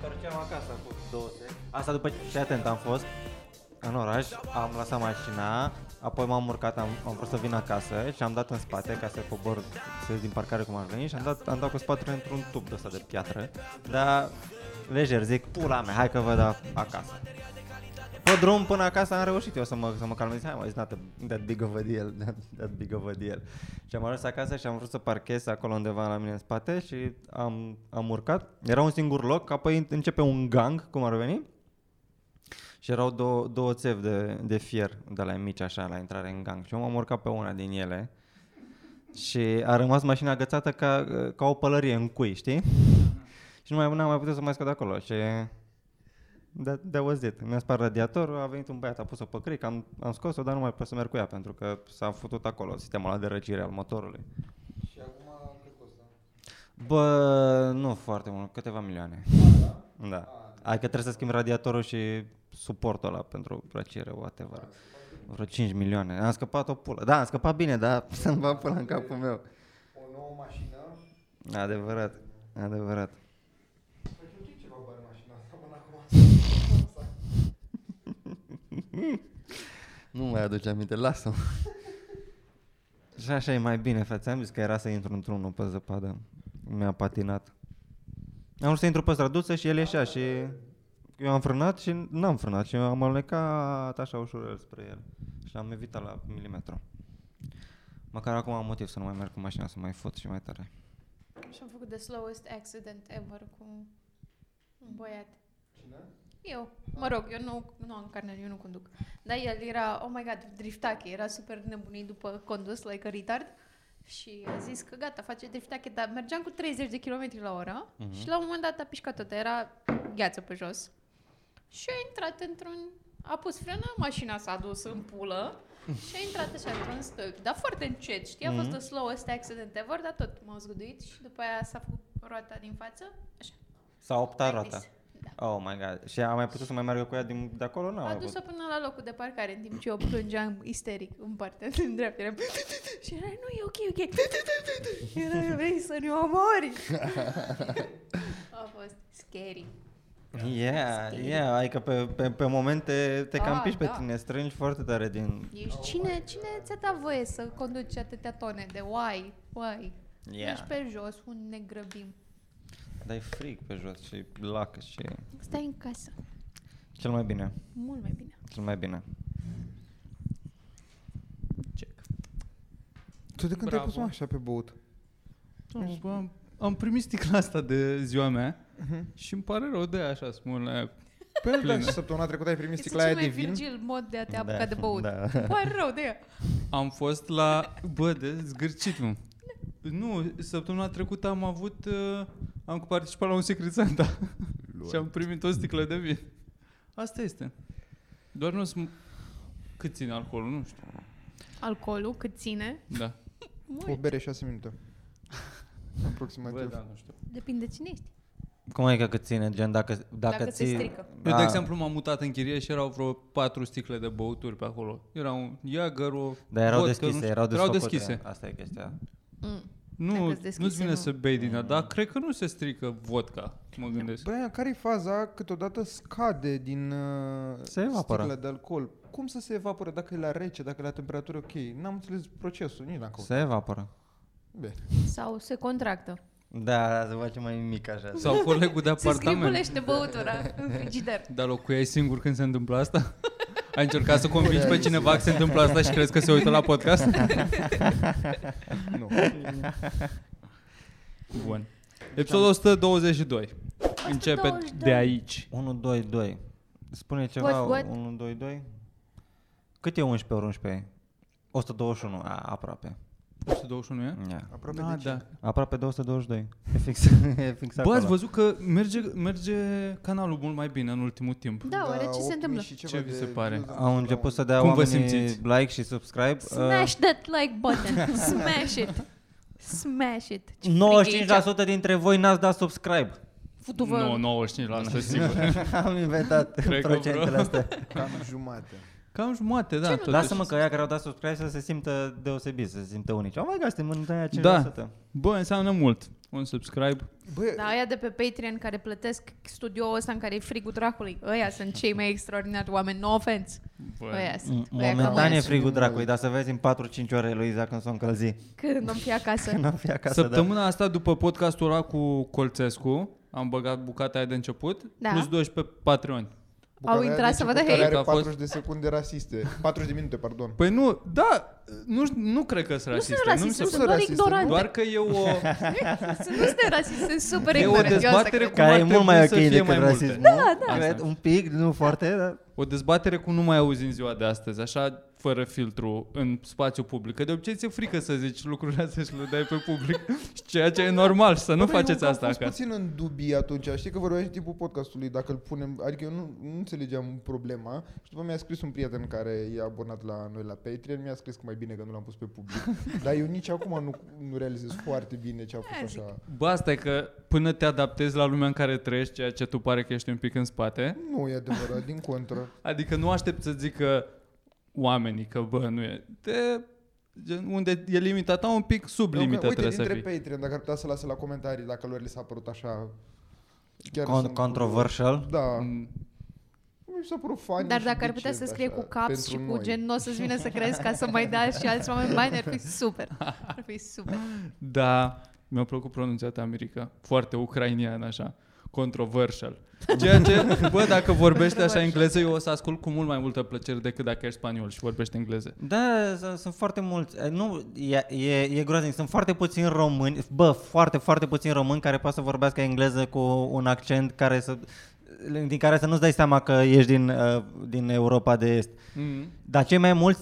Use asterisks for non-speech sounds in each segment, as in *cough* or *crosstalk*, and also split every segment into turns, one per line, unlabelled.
făceam Ehm, acasă cu 200. Asta după ce fii atent am fost în oraș, am lăsat mașina, apoi m-am urcat, am, am vrut să vin acasă și am dat în spate ca să cobor să ies din parcare cum am venit și am dat, am dat cu spatele într-un tub de ăsta de piatră, dar lejer, zic, pula mea, hai că vă dau acasă. Pe drum până acasă am reușit eu să mă, să mă calmez. Hai mă, it's not a- that big of a deal, *laughs* that, that big of a deal. Și am ajuns acasă și am vrut să parchez acolo undeva la mine în spate și am, am urcat. Era un singur loc, apoi începe un gang, cum ar veni. Și erau două, două țevi de, de fier de la mici așa la intrare în gang. Și eu m-am urcat pe una din ele și a rămas mașina agățată ca, ca o pălărie în cui, știi? și nu mai n-am mai putut să mai scot de acolo și that, that was it. Mi-a spart radiatorul, a venit un băiat, a pus-o pe cric, am, am scos-o, dar nu mai pot să merg cu ea pentru că s-a futut acolo sistemul ăla de răcire al motorului.
Și acum cât costă?
Bă, nu foarte mult, câteva milioane. Da.
Ah,
Adică trebuie să schimb radiatorul și suportul ăla pentru răcire,
da.
whatever. Vreo 5 milioane. Am scăpat o pulă. Da, am scăpat bine, dar *laughs* să-mi va pula în capul meu.
O nouă mașină?
Adevărat, adevărat.
Păi eu știu ceva bani mașina asta până acum.
Nu mai aduce aminte, lasă-mă. *laughs* și așa e mai bine, frate. Am zis că era să intru într-unul pe zăpadă. Mi-a patinat. Am vrut să intru pe străduță și el ieșea și... Eu am frânat și n-am frânat și am alunecat așa ușurel spre el. Și am evitat la milimetru. Măcar acum am motiv să nu mai merg cu mașina, să mai fot și mai tare.
Și am făcut the slowest accident ever cu un băiat.
Cine?
Eu, mă rog, eu nu, nu am carnet, eu nu conduc. Dar el era, oh my god, driftache, era super nebunit după condus, like a retard. Și a zis că gata, face driftache, dar mergeam cu 30 de km la oră
Mhm.
și la un moment dat a pișcat tot, era gheață pe jos. Și a intrat într-un... A pus frână, mașina s-a dus în pulă și a intrat așa într-un stâlp, dar foarte încet, știi? A fost
Mhm.
the slowest accident ever, dar tot m-au zguduit și după aia s-a făcut roata din față. Așa,
S-a optat
mai
roata.
vis. Da.
Oh my god. Și a mai putut să mai meargă cu ea din, de acolo? N-a
A
mai
dus-o
putut.
până la locul de parcare, în timp ce eu plângeam isteric în partea din dreapta. Eram... Și era, nu, e ok, e ok. Era, vrei să ne omori? A fost scary.
Yeah,
Scary.
yeah, adică pe, pe, pe momente te cam
Ah,
piși pe
da.
tine, strângi foarte tare din...
Ești cine, cine ți-a dat voie să conduci atâtea tone de why, why?
Yeah.
Ești pe jos, un ne grăbim.
Dai frig pe jos și lac și...
Stai în casă.
Cel mai bine,
Mult mai bine.
cel mai bine. Check.
Tu de când te-ai
Bravo.
pus mă, așa pe băut?
Nu, Deci, bă, am, am primit sticla asta de ziua mea și îmi pare rău de aia așa, smulă aia.
Păi da,
Plină.
și săptămâna trecută ai primit
Este
sticla
cel
aia
mai
de vin?
virgil mod de a te
Da,
apuca de
*laughs*
băut. *laughs*
da.
Pare rău de ea.
Am fost la... Bă, de zgârcit, mă. Nu, săptămâna trecută am avut... Uh, am participat la un secret Santa *laughs* și am primit o sticlă de vin. Asta este. Doar nu sunt... Cât ține alcoolul, nu știu.
Alcoolul cât ține.
Da.
O
Mult.
bere 6 minute.
Bă,
Aproximativ.
da, nu știu.
Depinde cine ești.
Cum adică că ține, gen, dacă, dacă,
Dacă se
ții...
strică.
Eu,
Da.
de exemplu, m-am mutat în chirie și erau vreo patru sticle de băuturi pe acolo. Era un Jager, o
Dar erau
vodka, nu
deschise,
știu.
erau
erau
desfăcute.
deschise.
Asta e chestia.
Mm. Dacă-s
Nu,
deschise,
nu-ți vine
nu.
să bei din ea, dar cred că nu se strică vodka, mă gândesc.
Băi, care e faza? Câteodată scade din uh,
Se evaporă.
sticla de alcool. Cum să se evapore dacă e la rece, dacă e la temperatură ok? N-am înțeles procesul, nici n-am căutat.
Se evaporă.
Bine.
Sau se contractă.
Da, da, se face mai mic așa.
Sau colegul de
Se
apartament.
scribulește băutura în
*laughs*
frigider.
Dar locuiai singur când se întâmplă asta? Ai încercat să convingi pe cineva că se întâmplă asta și crezi că se uită la podcast?
Nu.
Bun. Episodul 122.
122.
Începe de aici.
1, 2, 2. Spune ceva,
What, what?
1, 2, 2. Cât e 11 ori 11? 121, a, aproape.
121 e?
Yeah.
Aproape
Na,
deci,
de ce?
da.
Aproape 222. E fix, e *laughs* fix
Bă,
acolo.
ați văzut că merge, merge canalul mult mai bine în ultimul timp.
Da, oare ce se
8.000
întâmplă?
și ceva
Ce vi
de
se pare?
views am
Au
la
început
un-
să dea
Cum vă
oamenii
simțiți?
like și subscribe.
Smash
Uh.
that like button.
*laughs*
Smash it. Smash it. Ce frigă e aici.
Uh, 95% dintre voi n-ați dat subscribe.
Futu-vă.
Nu, 95% sigur.
*laughs* Am inventat
Cred că
procentele
vreo.
astea.
Cam jumate.
Cam jumate, da. totuși.
*laughs* Lasă-mă că aia care au dat subscribe să se simtă deosebit, să se simtă unici. Oh my god, suntem în aia 5%.
Da. Bă, înseamnă mult. un subscribe.
Bă,
Dar Da, aia de pe Patreon care plătesc studioul ăsta în care e frigul dracului, ăia sunt cei mai extraordinari oameni, no offense.
Păi.
Ăia sunt. Ăia ca
Mm, Momentan
mine.
Păi e frigul dracului, dar să vezi în 4-5 ore, Luiza, când s-o încălzi.
Când am fi acasă.
Când am fi acasă, da.
Săptămâna asta, după podcastul ăla cu Colțescu, am băgat bucata aia de început,
Da.
plus 12 pe Patreon.
Au
Bucarea
intrat
de
să
început
vadă
hate?
Care
Că a
are
fost-
40 de secunde rasiste. 40 de minute, pardon.
Păi nu, da, nu, nu cred că sunt
Nu sunt
rasiste. mi
rasist,
se
sunt,
pare.
sunt doar
rasiste,
ignorante.
Doar că e o,
Sunt, nu sunt rasist, sunt super
e o
ignorantă.
dezbatere cu
Care e
ar
mult mai ok
trebui să fie
decât
mai multe.
rasismul. Da,
da.
Cred, un pic, nu foarte, dar...
o dezbatere cu nu mai auzi în ziua de astăzi, așa fără filtru în spațiu public. Că de obicei ți-e frică să zici lucrurile astea și le dai pe public, *laughs* ceea ce e normal, și să nu
Păi,
faceți
că am
asta
fost
acasă.
puțin în dubii atunci, știi că vorbeam și timpul podcastului, dacă îl punem, adică eu nu, nu înțelegeam problema și după mi-a scris un prieten care e abonat la noi la Patreon, mi-a scris că mai bine că nu l-am pus pe
*laughs*
public, dar eu nici acum nu, nu realizez foarte bine ce a fost
Aia zic.
așa.
Bă, asta e că până te adaptezi la lumea în care trăiești, ceea ce tu pare că ești un pic în spate,
Nu e adevărat, din
*laughs*
contră.
adică nu aștept să zică oamenii că bă, nu e. Te, gen, unde e limita ta, un pic sub
Dar
limita
uite,
trebuie să
dintre
fii.
Patreon, dacă ar putea să lasă la comentarii dacă lor li s-a părut așa... Chiar
Con-
sunt-
controversial.
Da.
Mm,
Mi s-a părut funny
Dar
și
dacă ar
decent,
putea să scrie
așa,
cu caps
pentru
și cu
noi.
gen, nu o să-ți vine să crezi ca să mai dai și alți oameni bani, ar fi super. Ar fi super.
Da, mi-a plăcut pronunția ta, Mirica. Foarte ucrainian, așa. Controversial. Ceea ce, bă, dacă vorbești așa engleză, eu o să ascult cu mult mai multă plăcere decât dacă ești spaniol și vorbești engleză.
Da, s- sunt foarte mulți. Eh, Nu, e, e, e groaznic. Sunt foarte puțini români, bă, foarte, foarte puțini români care poate să vorbească engleză cu un accent care să, din care să nu-ți dai seama că ești din, eh, din Europa de Est.
Mm.
Dar cei mai mulți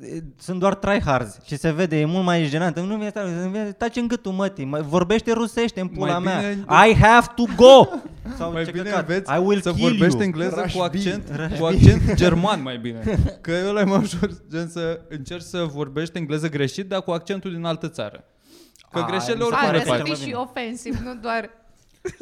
eh, sunt doar tryhards și se vede, e mult mai jenant. Nu mi-e stai, îmi vine- taci în gâtul mătii, mai- vorbește rusește în pula
Mai
mea.
bine-
I have to
*laughs*
go! Sau
Mai
ce
bine
căcat,
înveți
I will
să
kill
vorbești
you.
engleză
Rush
cu
B.
accent,
Rush
cu
B.
*laughs* accent german mai bine. Că eu la mai ușor gen să încerci să vorbești engleză greșit, dar cu accentul din altă țară. Că
A,
greșelile
mi se
oricum
pare
le
Hai, să
foarte
faci.
bine.
fii și ofensiv, nu doar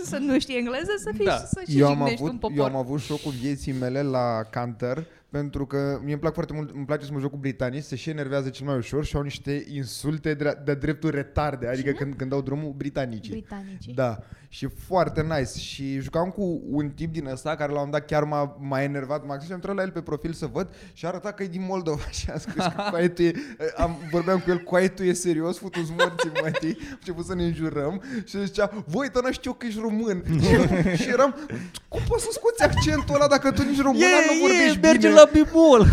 să nu știi engleză, să fii
Da.
și să și
eu am,
jignești un
avut, eu
popor.
am avut șocul vieții mele la Counter pentru că mie îmi plac foarte mult, îmi place să mă joc cu britanii, se și enervează cel mai ușor și au niște insulte de, de dreptul retarde, adică când, când dau drumul britanicii.
Britanicii.
Da, și foarte nice. Și jucam cu un tip din ăsta care la un moment dat chiar m-a, m-a enervat maxim și am intrat la el pe profil să văd și arăta că e din Moldova *laughs* și am scris
*laughs*
că coaietul e, am, vorbeam cu el, coaietul e serios, futu-ți morții, mă, știi? Am început să ne înjurăm și zicea, voi, dar nu știu că ești
*laughs*
român. și, și eram, cum poți să scoți accentul ăla dacă tu nici româna nu vorbești
merge
bine?
la bibul!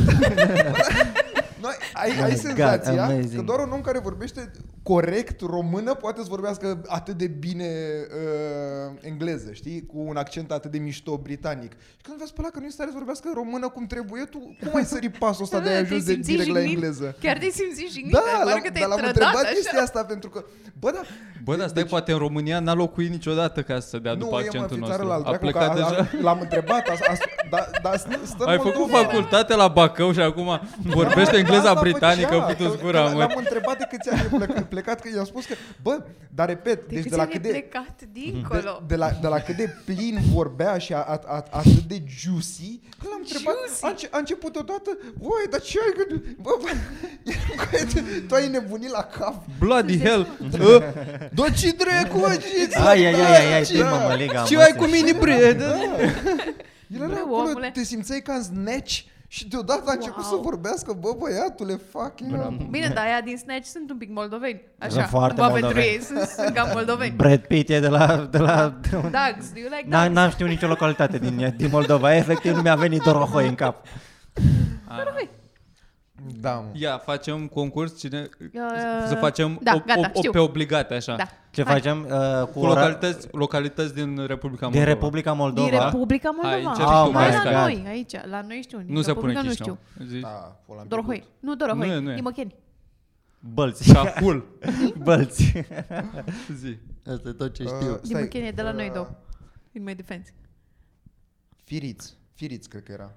Noi, ai,
Oh my
ai
God,
senzația God,
amazing.
că doar un om care vorbește corect română poate să vorbească atât de bine uh, engleză, știi? Cu un accent atât de mișto britanic. Și când vezi pe ăla că nu e în stare să vorbească română cum trebuie, tu cum ai sărit pasul ăsta de a
*laughs* Te
ajuns de
simți
direct la
jignit?
engleză?
Chiar te simți jignit,
Da,
dar
la,
parcă
dar
te-ai
l-am
trădat
întrebat
așa.
chestia asta pentru că, bă, da,
Bă, dar stai,
Deci-
poate în România n-a locuit niciodată ca să se dea după
nu, eu mă
accentul
fi țară
nostru.
la
A
dracu, că
plecat
a- a-
deja.
l-am întrebat, a, a, da, da, stă în
Ai făcut
Moldova.
facultate la Bacău și acum vorbește
Da,
engleza
asta
britanică,
făcea,
putu-ți
că-
gura,
că
mă.
L-am întrebat de câți ani e plecat, plecat că i-am spus că, bă, dar repet,
De
deci
câți
de la
ani
cât
ai
de,
plecat
de,
dincolo.
de, la, de la cât de plin vorbea și a, a, a, atât de juicy, că l-am întrebat,
Juicy.
a, înce, a început odată, voi, dar ce ai gândit? Bă, bă, tu ai nebunit la cap.
Bloody hell! Ă,
Da, ce dracu, mă, ce
Ai, ai, ai, ai, ai,
ce-
te mă, liga,
Ce ai cu mini bread?
El era
Bă,
acolo,
omule.
te simțeai ca în snatch și deodată a început
Wow.
să vorbească, bă, băiatule, fucking...
Bine, dar aia din Snatch sunt un pic moldoveni. Așa,
Sunt foarte
cumva pentru
moldoveni.
ei, sunt, sunt cam
*laughs*
moldoveni.
Brad Pitt e de la... De la de un...
Dags, do you like
N-a-
Dags?
N-am știut nicio localitate din, din Moldova, efectiv nu mi-a venit Dorohoi în cap.
Da, mă.
Ia, facem concurs cine...
Uh,
Să facem
da,
o,
gata,
o, o,
știu.
pe obligate, așa.
Da.
Ce
Hai.
facem uh, cu,
Cu
ora...
localități, localități din Republica
din
Moldova.
Republica
Din
Moldova?
Republica Moldova.
încerc
tu,
Hai
Maica.
la noi, aici, la noi știu. Din
Nu se pune
Republica nu
Chișinău.
știu.
Zici,
Da, pula mea.
Dorohoi. Nu
Nu e,
Dorohoi,
nu e.
Nimăcheni.
Bălți.
Capul.
*laughs* Bălți. *laughs*
Zi.
Asta e tot ce
Uh, stai,
Nimăcheni e de la noi
uh,
două. In my defense.
Firiț. Firiț, cred că era.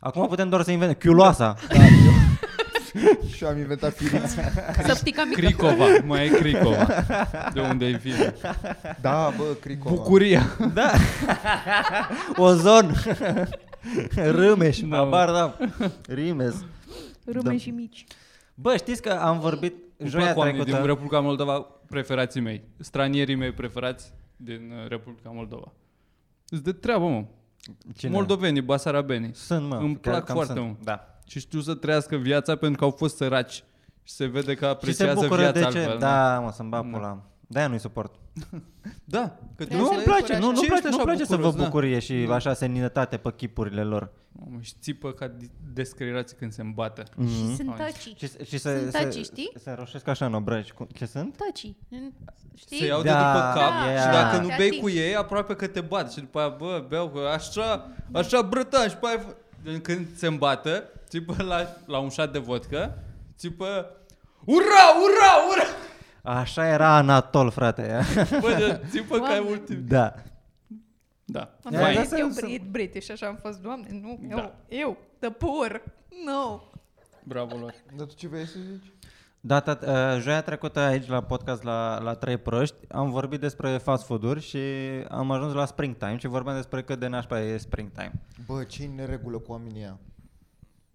Da, Acum putem doar să inventăm. Chiuloasa.
Da, *laughs*
Și am inventat firiț.
Săptica mică.
Cricova. Mai e Cricova. De unde e vine.
Da, bă, Cricova.
Bucuria.
Ozon. *laughs* Râmeș.
Da,
Abar, da. Rimes.
Rume
Da.
și mici.
Bă, știți că am vorbit
Îmi
joia
plac oamenii din
trecută.
Republica Moldova. preferații mei, stranierii mei preferați din uh, Republica Moldova. Îți de treabă, mă.
Cine?
Moldovenii, basarabenii.
Sunt, mă.
Îmi
chiar
plac
cam
foarte
sunt.
mult.
Da.
Și știu să trăiască viața pentru că au fost săraci. Și se vede că
Și se
apreciază
bucură
viața
de ce?
altfel.
Da, mă, să-mi bag
Da.
pula. De-aia nu-i suport.
da că
Nu,
Nu,
să
îmi
le
place, nu,
încurajezi.
nu
Ce
place,
ești
nu
așa
place să vă
bucuros, da.
bucurie și așa seninătate pe chipurile lor.
Mamă, și țipă ca di- descăierați când se îmbată.
Mm.
Și sunt
Hai.
tăcii.
Și, și se,
Sunt
se,
taci,
se,
știi?
se roșesc așa în obrăji. Cum- Ce sunt?
Tăcii. Știi?
Se iau de
Da,
după cap
da,
și dacă
da.
nu
te
bei
ating.
cu ei, aproape că te bat. Și după aia, bă, beau, că așa, așa brătan. Și după aia, când se îmbată, țipă la, la un șat de vodcă, țipă, ura, ura, ura! *laughs*
Așa era Anatol, frate. *laughs*
Bă, de- țipă ca e
Doamne.
ultim.
da.
Da.
Am
Vai.
venit
Da,
eu
să- să-
brit, british, așa am fost, doamne, nu,
Da.
eu, eu, the poor, no.
Bravo lor.
Dar tu ce vrei să zici?
Data, uh, joia trecută aici la podcast la, la 3 proști am vorbit despre fast food-uri și am ajuns la springtime și vorbeam despre cât de nașpa e springtime.
Bă, ce în neregulă cu oamenii ăia?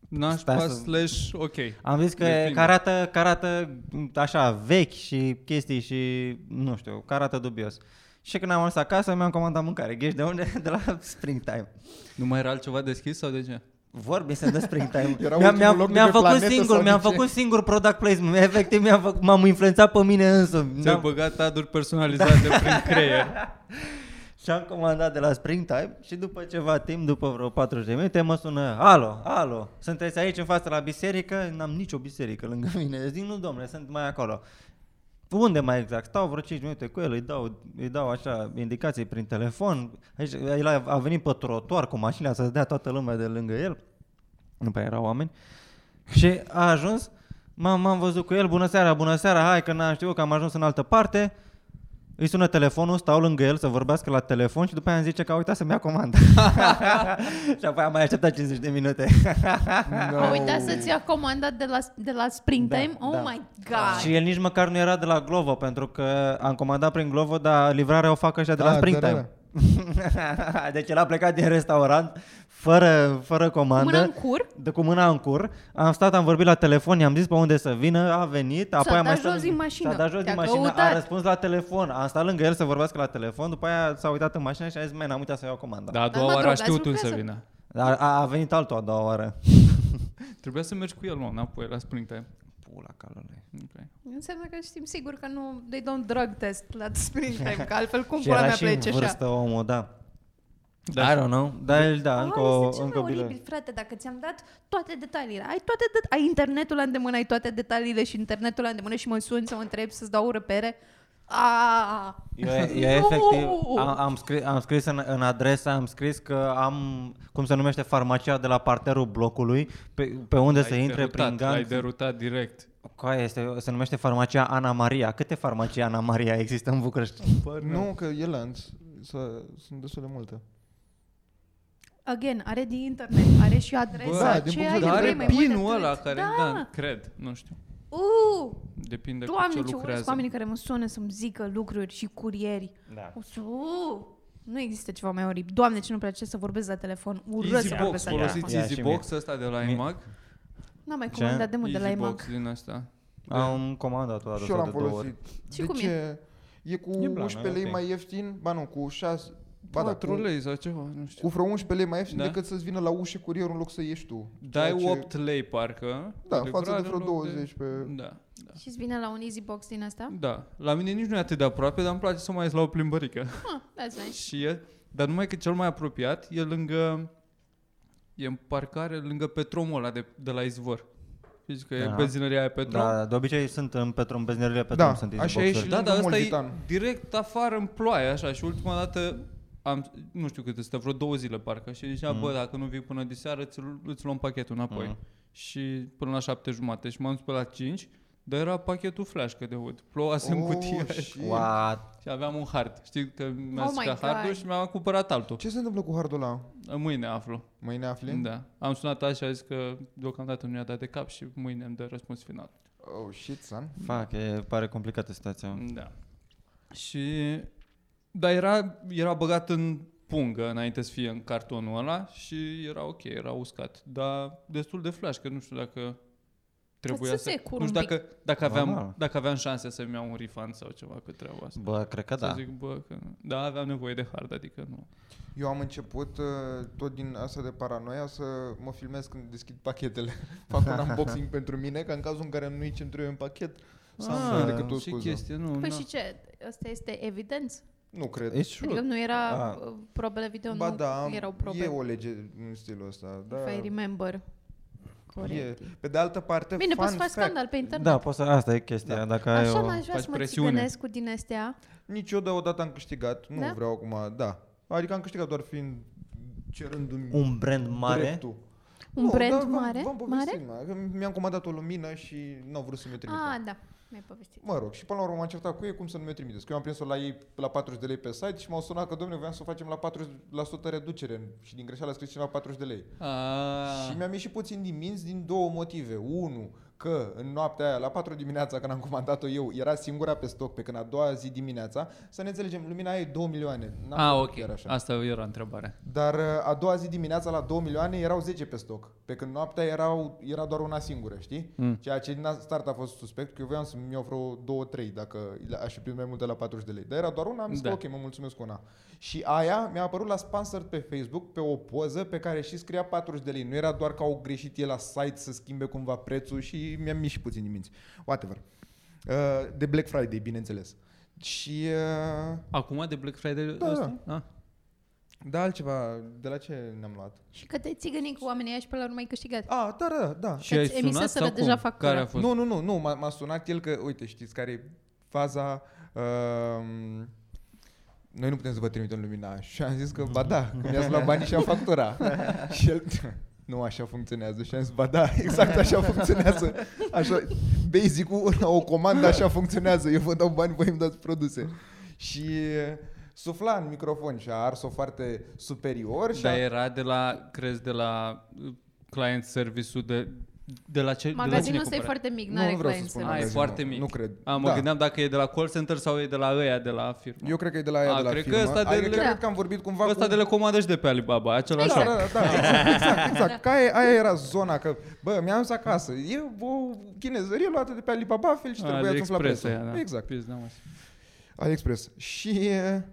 Nașpa
Stai să-
slash ok.
Am zis că,
Depinde.
că arată, că arată m, așa vechi și chestii și nu știu, că arată dubios. Și când am ajuns acasă mi-am comandat mâncare. Ghești de unde? *laughs* De la springtime.
Nu mai era altceva deschis sau de ce?
Vorbise de
*laughs*
springtime.
Era
mi-am,
ultimul
mi-am,
loc de
mi-am
pe
făcut
planetă
singur,
sau
mi-am
de ce?
făcut singur product placement. Efectiv, mi-am făcut, m-am influențat pe mine însumi. Da.
Ți-ai
N-am-
băgat aduri personalizate
Da.
prin creier.
Și am comandat de la Springtime și după ceva timp, după vreo 40 de minute, mă sună, alo, alo, sunteți aici în față la biserică? N-am nicio biserică lângă mine. Zic, nu domnule, sunt mai acolo. Unde mai exact? Stau vreo 5 minute cu el, îi dau, îi dau așa indicații prin telefon. Aici, el a, a venit pe trotuar cu mașina să dea toată lumea de lângă el. Nu prea erau oameni. Și a ajuns, m-am, m-am văzut cu el, bună seara, bună seara, hai că n-am știut că am ajuns în altă parte. Îi sună telefonul, stau lângă el să vorbească la telefon și după aia îmi zice că a uitat să-mi ia
*laughs*
comanda. și apoi am mai așteptat 50 de minute.
no. A uitat să-ți ia comandat de la, de la springtime?
Da,
oh
da.
my god.
și el nici măcar nu era de la Glovo, pentru că am comandat prin Glovo, dar livrarea o fac ăștia de la
Ah,
Springtime.
da,
*laughs* deci el a plecat din restaurant fără, fără comandă.
Mâna în cur?
De cu mâna în cur. Am stat, am vorbit la telefon, i-am zis pe unde să vină, a venit, apoi am
dat
mai
jos din mașină.
S-a dat jos din
Te-a
mașină, a
căutat.
răspuns la telefon. Am stat lângă el să vorbească la telefon, după aia s-a uitat în mașină și a zis, mai am uitat să iau comanda.
Da, a doua
mă,
oară a
drogați
știut unde să
lucrează.
vină.
Dar a, a venit altul a doua oară.
Trebuia să mergi cu el, mă, înapoi la springtime.
Pula calului.
Okay.
Înseamnă că știm sigur că nu, they don't drug test la
*laughs*
springtime, că altfel cum
Și
pula
era
mea
și în
plece așa.
vârstă omul, da.
Da.
I don't know. Dar el, da, încă,
Oare
o,
este cel
încă o
mai
bilă.
oribil, frate, dacă ți-am dat toate detaliile. Ai, toate de- ai internetul la îndemână, ai toate detaliile și internetul la îndemână și mă suni să mă întreb să-ți dau o repere. A,
Eu, eu
Nu!
efectiv am, am scris, am scris în, în adresa, am scris că am, cum se numește, farmacia de la parterul blocului, pe, pe unde se intre prin
Ai
gang.
derutat direct.
Coaie, este, se numește farmacia Ana Maria. Câte farmacii Ana Maria există în *laughs* București?
Păi Nu, că e lanț. Să- Sunt destul de multe.
again, are din internet, are și adresa.
da,
Bă, din
ce
punct de
ai
Dar
vedere-
vrei
are
mai mult
pinul
de
ăla
atât?
care,
da.
da, cred, nu știu.
Uh,
Depinde
doamne,
cu
ce
ce
urăsc
lucrează.
oamenii care mă sună să-mi zică lucruri și curieri.
Da.
O să, uh, nu există ceva mai oribil. Doamne, ce nu-mi place să vorbesc la telefon. Urăsc să
Easybox,
vorbesc la telefon.
folosiți
Ia, și
Easybox ăsta de la
Mie-
iMac.
N-am mai
Ce?
comandat de mult de la
Easybox
EMAG.
din asta.
Am comandat o dată
Și eu
sau
l-am
Da, de două ori.
folosit.
Și
de
cum e?
ce? E cu
E blană,
11 lei
ok.
mai ieftin, ba nu, cu 6, ba da,
Patru
cu,
lei sau ceva, nu știu.
cu vreo 11 lei mai ieftin
Da.
da? decât să-ți vină la ușă curierul în loc să ieși tu.
Dai
Ceea ce-
8 lei parcă.
Da, față
grad
de vreo
în loc
20 pe...
Da, da.
Și-ți vine la un easy box din asta?
Da, la mine nici nu e atât de aproape, dar îmi place să mai ies la o plimbărică.
Ah, that's nice.
Și e, dar numai că cel mai apropiat e lângă, e în parcare lângă Petromul ăla de, de la izvor. Știți că e
Aha.
benzinăria aia Petrom?
Da, de obicei sunt în Petrom, benzinările Petrom
Da,
sunt
așa e
Easybox-uri.
și
Da,
lângă
dar asta e
Molgitan.
direct afară în ploaie, așa, și ultima dată am, nu știu cât este, vreo două zile parcă, și zicea, mm. bă, dacă nu vii până diseară, ți îți luăm pachetul înapoi. Mm. Și până la șapte jumate, și m-am dus pe la cinci, dar era pachetul flașcă de ud. Plouase în
Oh,
cutie
shit.
What?
*laughs* și aveam un hard. Știi că mi-a
Oh
zis
my
că hardul
God.
și mi-am cumpărat altul.
Ce se întâmplă cu hardul ăla?
Mâine aflu.
Mâine afli?
Da. Am sunat așa și a zis că deocamdată nu i-a dat de cap și mâine îmi dă răspuns final.
Oh, shit, son.
Fuck, e, pare complicată situația.
Da. Și... Dar era, era băgat în pungă înainte să fie în cartonul ăla și era ok, era uscat. Dar destul de flash, că nu știu dacă Trebuia
Îți
să...
se cură
Nu știu
un pic.
dacă, dacă, aveam,
Normal.
dacă aveam șanse să-mi iau un refund sau ceva cu treaba asta.
Bă, cred că
Să
da.
zic, bă, că... Da, aveam nevoie de hard, adică nu.
Eu am început uh, tot din asta de paranoia să mă filmez când deschid pachetele. *laughs* Fac un unboxing pentru mine, ca în cazul în care nu-i ce îmi trebuie în pachet, să am decât o
Ah, și
scuză.
chestie, nu,
Păi
na.
și ce? Asta este evidență?
Nu cred.
Ești
Adică
sure?
nu era
Da.
uh, probele video,
ba
nu
da,
erau
e
probe.
o lege în stilul ăsta. Da,
If I remember.
e.
Corect.
Pe de altă parte,
Bine,
fun
poți să faci
fact,
scandal pe internet.
Da, poți să, asta e chestia.
Da.
Dacă ai
Așa
o...
m-aș vrea
faci
să mă
presiune.
țiganesc cu din astea.
nici eu deodată am câștigat. Nu
Da?
vreau acum, da. Adică am câștigat doar fiind cerându-mi
un brand mare.
dreptul.
Un
Nu,
brand
dar v-am-
mare?
V-am
mare?
povestit, mă, că mi-am comandat o lumină și n-au vrut să mi-o trimită.
Ah, da. Mi-ai povestit.
Mă rog, și până la urmă am certat cu ei cum să nu mi-o trimiteți. Că eu am prins-o la ei la 40 de lei pe site și m-au sunat că, domnule, voiam să o facem la 40% reducere și din greșeală a scris cineva 40 de lei.
Ah.
A,
Și mi-am ieșit puțin din minți din două motive. Unu, că în noaptea aia, la 4 dimineața când am comandat-o eu, era singura pe stoc, pe când a doua zi dimineața, să ne înțelegem, lumina aia e 2 milioane. N-am
Ah,
a,
făcut
Ah, ok.
chiar Așa.
Asta era întrebarea.
Dar uh, a doua zi dimineața la 2 milioane erau 10 pe stoc, pe când noaptea erau, era doar una singură, știi?
Mm.
Ceea ce din start a fost suspect, că eu voiam să-mi iau vreo 2-3 dacă aș fi primit mai multe la 40 de lei. Dar era doar una, am zis
Da.
da. ok, mă mulțumesc cu una. Și aia mi-a apărut la sponsor pe Facebook, pe o poză pe care și scria 40 de lei. Nu era doar că au greșit ei la site să schimbe cumva prețul și mi-am mișit puțin din minți. Whatever. Uh, De Black Friday, bineînțeles. Și uh,
Acum de Black Friday
Da,
ăsta? Ah.
da, altceva, de la ce ne-am luat?
Și că te țigănii cu oamenii ăia și până la urmă ai câștigat.
A, da, da, da.
Și
Că-ți
ai sunat
emiseseră
sau
deja
cum?
factura.
Care a fost?
Nu, nu, nu, nu, m-a, m-a sunat el că, uite, știți care e faza... Uh, noi nu putem să vă trimitem lumina. *laughs* Și am zis că, ba da, că mi-ați luat banii și am
*laughs*
factura. și el, nu așa funcționează. Și am zis, ba da, *laughs* exact așa funcționează. Așa, basic-ul la o comandă așa funcționează. Eu vă dau bani, voi îmi dați produse. Și uh, sufla în microfon și a ars-o foarte superior. Și
Dar
a-
era de la, crezi, de la uh, client service-ul de, de la ce? de
Magazinul
la
ăsta e
cine cumpărat?
foarte mic,
nu
n-are
vreau să
client
spun
Ah, e
service.
magazinul.
foarte mic.
Nu cred.
A, mă gândeam dacă e de la call center sau e de la ăia, de la firmă.
Da. Eu cred că e de la ea,
A,
de la
cred că
firmă.
ăsta de
adică
le-
chiar
Da.
cred că am vorbit cumva
Ăsta
cu...
de le comandă și de pe Alibaba, același
da,
om.
da, da, da, exact, exact, exact. Că aia, aia era zona, că, bă, mi-am zis acasă. E o chinezărie luată de pe Alibaba, fel și
Ah,
trebuia să-mi
AliExpress
prețul.
aia, da.
Exact,
Pizda, mă.
AliExpress. Și e,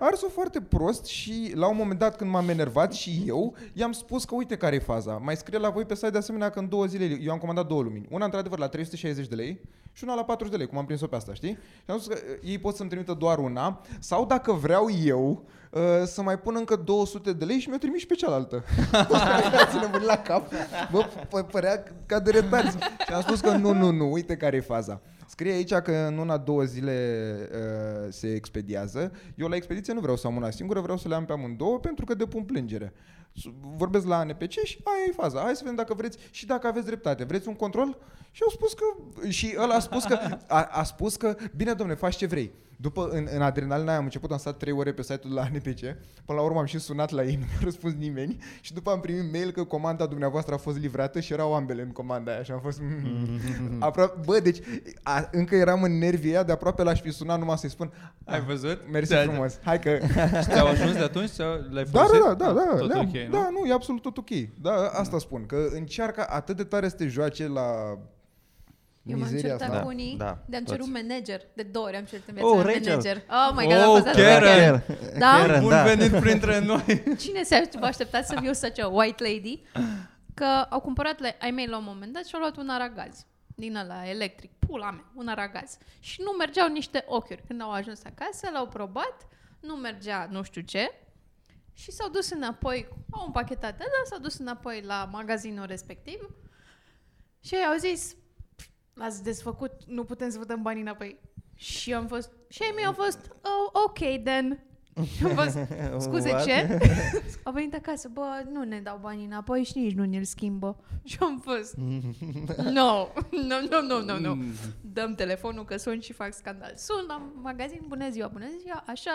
a ars-o foarte prost și la un moment dat când m-am enervat și eu, i-am spus că uite care e faza. Mai scrie la voi pe site de asemenea că în două zile, eu am comandat două lumini. Una într-adevăr la 360 de lei și una la 40 de lei, cum am prins-o pe asta, știi? Și am spus că e, ei pot să-mi trimită doar una sau dacă vreau eu e, să mai pun încă 200 de lei și mi-o trimis și pe cealaltă. *laughs* Ține mâini la cap. Bă, p- părea ca de retarzi. Și am spus că nu, nu, nu, uite care e faza. Scrie aici că în una, două zile uh, se expediază. Eu la expediție nu vreau să am una singură, vreau să le am pe amândouă pentru că depun plângere. S- Vorbesc la ANPC și aia e faza. Hai să vedem dacă vreți și dacă aveți dreptate. Vreți un control? Și au spus că... Și ăla a spus că... A, a spus că... Bine, domne, faci ce vrei. După, în, în adrenalina aia am început, am stat 3 ore pe site-ul de la ANPC, până la urmă am și sunat la ei, *laughs* nu mi-a răspuns nimeni și după am primit mail că comanda dumneavoastră a fost livrată și erau ambele în comanda aia și am fost... Mm. Aproape, bă, deci a, încă eram în nervii aia, de aproape l-aș fi sunat numai să-i spun "Ah,
Ai văzut?
mersi
Ți-a- *laughs*
frumos, hai că... *laughs*
Și Ți-au ajuns de atunci? Ți-au- Le-ai
Da,
folosit? Ah,
da, da, da, da,
Tot
le-am-
ok, nu?
da, nu, e absolut tot ok. Da, asta spun, că încearcă atât de tare să te joace la
Eu m-am
mizeria
certat
asta.
Da,
cu unii,
da,
de-am
toți.
cerut manager. De două ori am cerut în viața
Oh,
mea
Rachel.
manager. Oh my god,
Oh,
am fost atât de
Karen.
Karen. Da?
Karen,
Bun
da.
venit printre
*laughs*
noi.
Cine se aș- vă aștepta să fiu such a white lady? Că au cumpărat la ai mei la un moment dat și au luat un aragaz din ăla electric, pula mea, un aragaz. Și nu mergeau niște ochiuri. Când au ajuns acasă, l-au probat, nu mergea nu știu ce și s-au dus înapoi, au împachetat ăla, s-au dus înapoi la magazinul respectiv și ei au zis, ați desfăcut, nu putem să vă dăm banii înapoi. Și am fost, și ai mei au fost, oh, ok then. Și am
*laughs*
fost, Scuze,
What? *laughs*
ce? A venit acasă, bă, nu ne dau banii înapoi și nici nu ne-l schimbă. *laughs* Și am fost, no, *laughs* no, no, no, no, no.
Mm.
Dăm telefonul că sun și fac scandal. Sun la magazin, bună ziua, bună ziua, așa,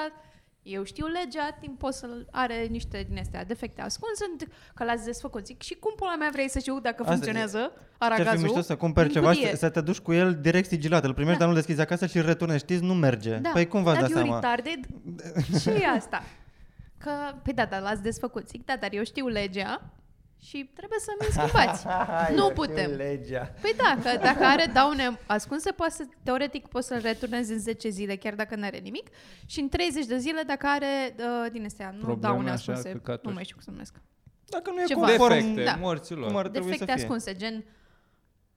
eu știu legea, Timposul are niște din astea defecte ascunse, zic că l-ați desfăcut. Zic, și cum pula mea vrei să știu dacă
Asta e-
funcționează
Ce ar fi
aragazul?
mișto să cumperi
în
ceva și
cutie?"
să- să te duci cu el direct sigilat, îl primești,
Da.
dar nu-l deschizi acasă și îl returnezi, știți, nu merge.
Da,
păi cum v-ați
dar
dat
eu
seama?
retarded?
*laughs*
ce e asta? Că, păi da, dar l-ați desfăcut. Zic, da, dar eu știu legea Și trebuie să mi
*laughs*
schimbați. nu putem.
Legea.
Păi da, că dacă are daune ascunse, poate să, teoretic poți să-l returnezi în 10 zile, chiar dacă nu are nimic, și în 30 de zile dacă are uh, din astea, nu
Probleme
daune
așa,
ascunse,
căcaturi.
nu mai știu cum se numesc.
Dacă nu e
Ceva.
conform,
Defecte,
Da.
morților.
cum ar trebui să
Defecte
fie?
ascunse, gen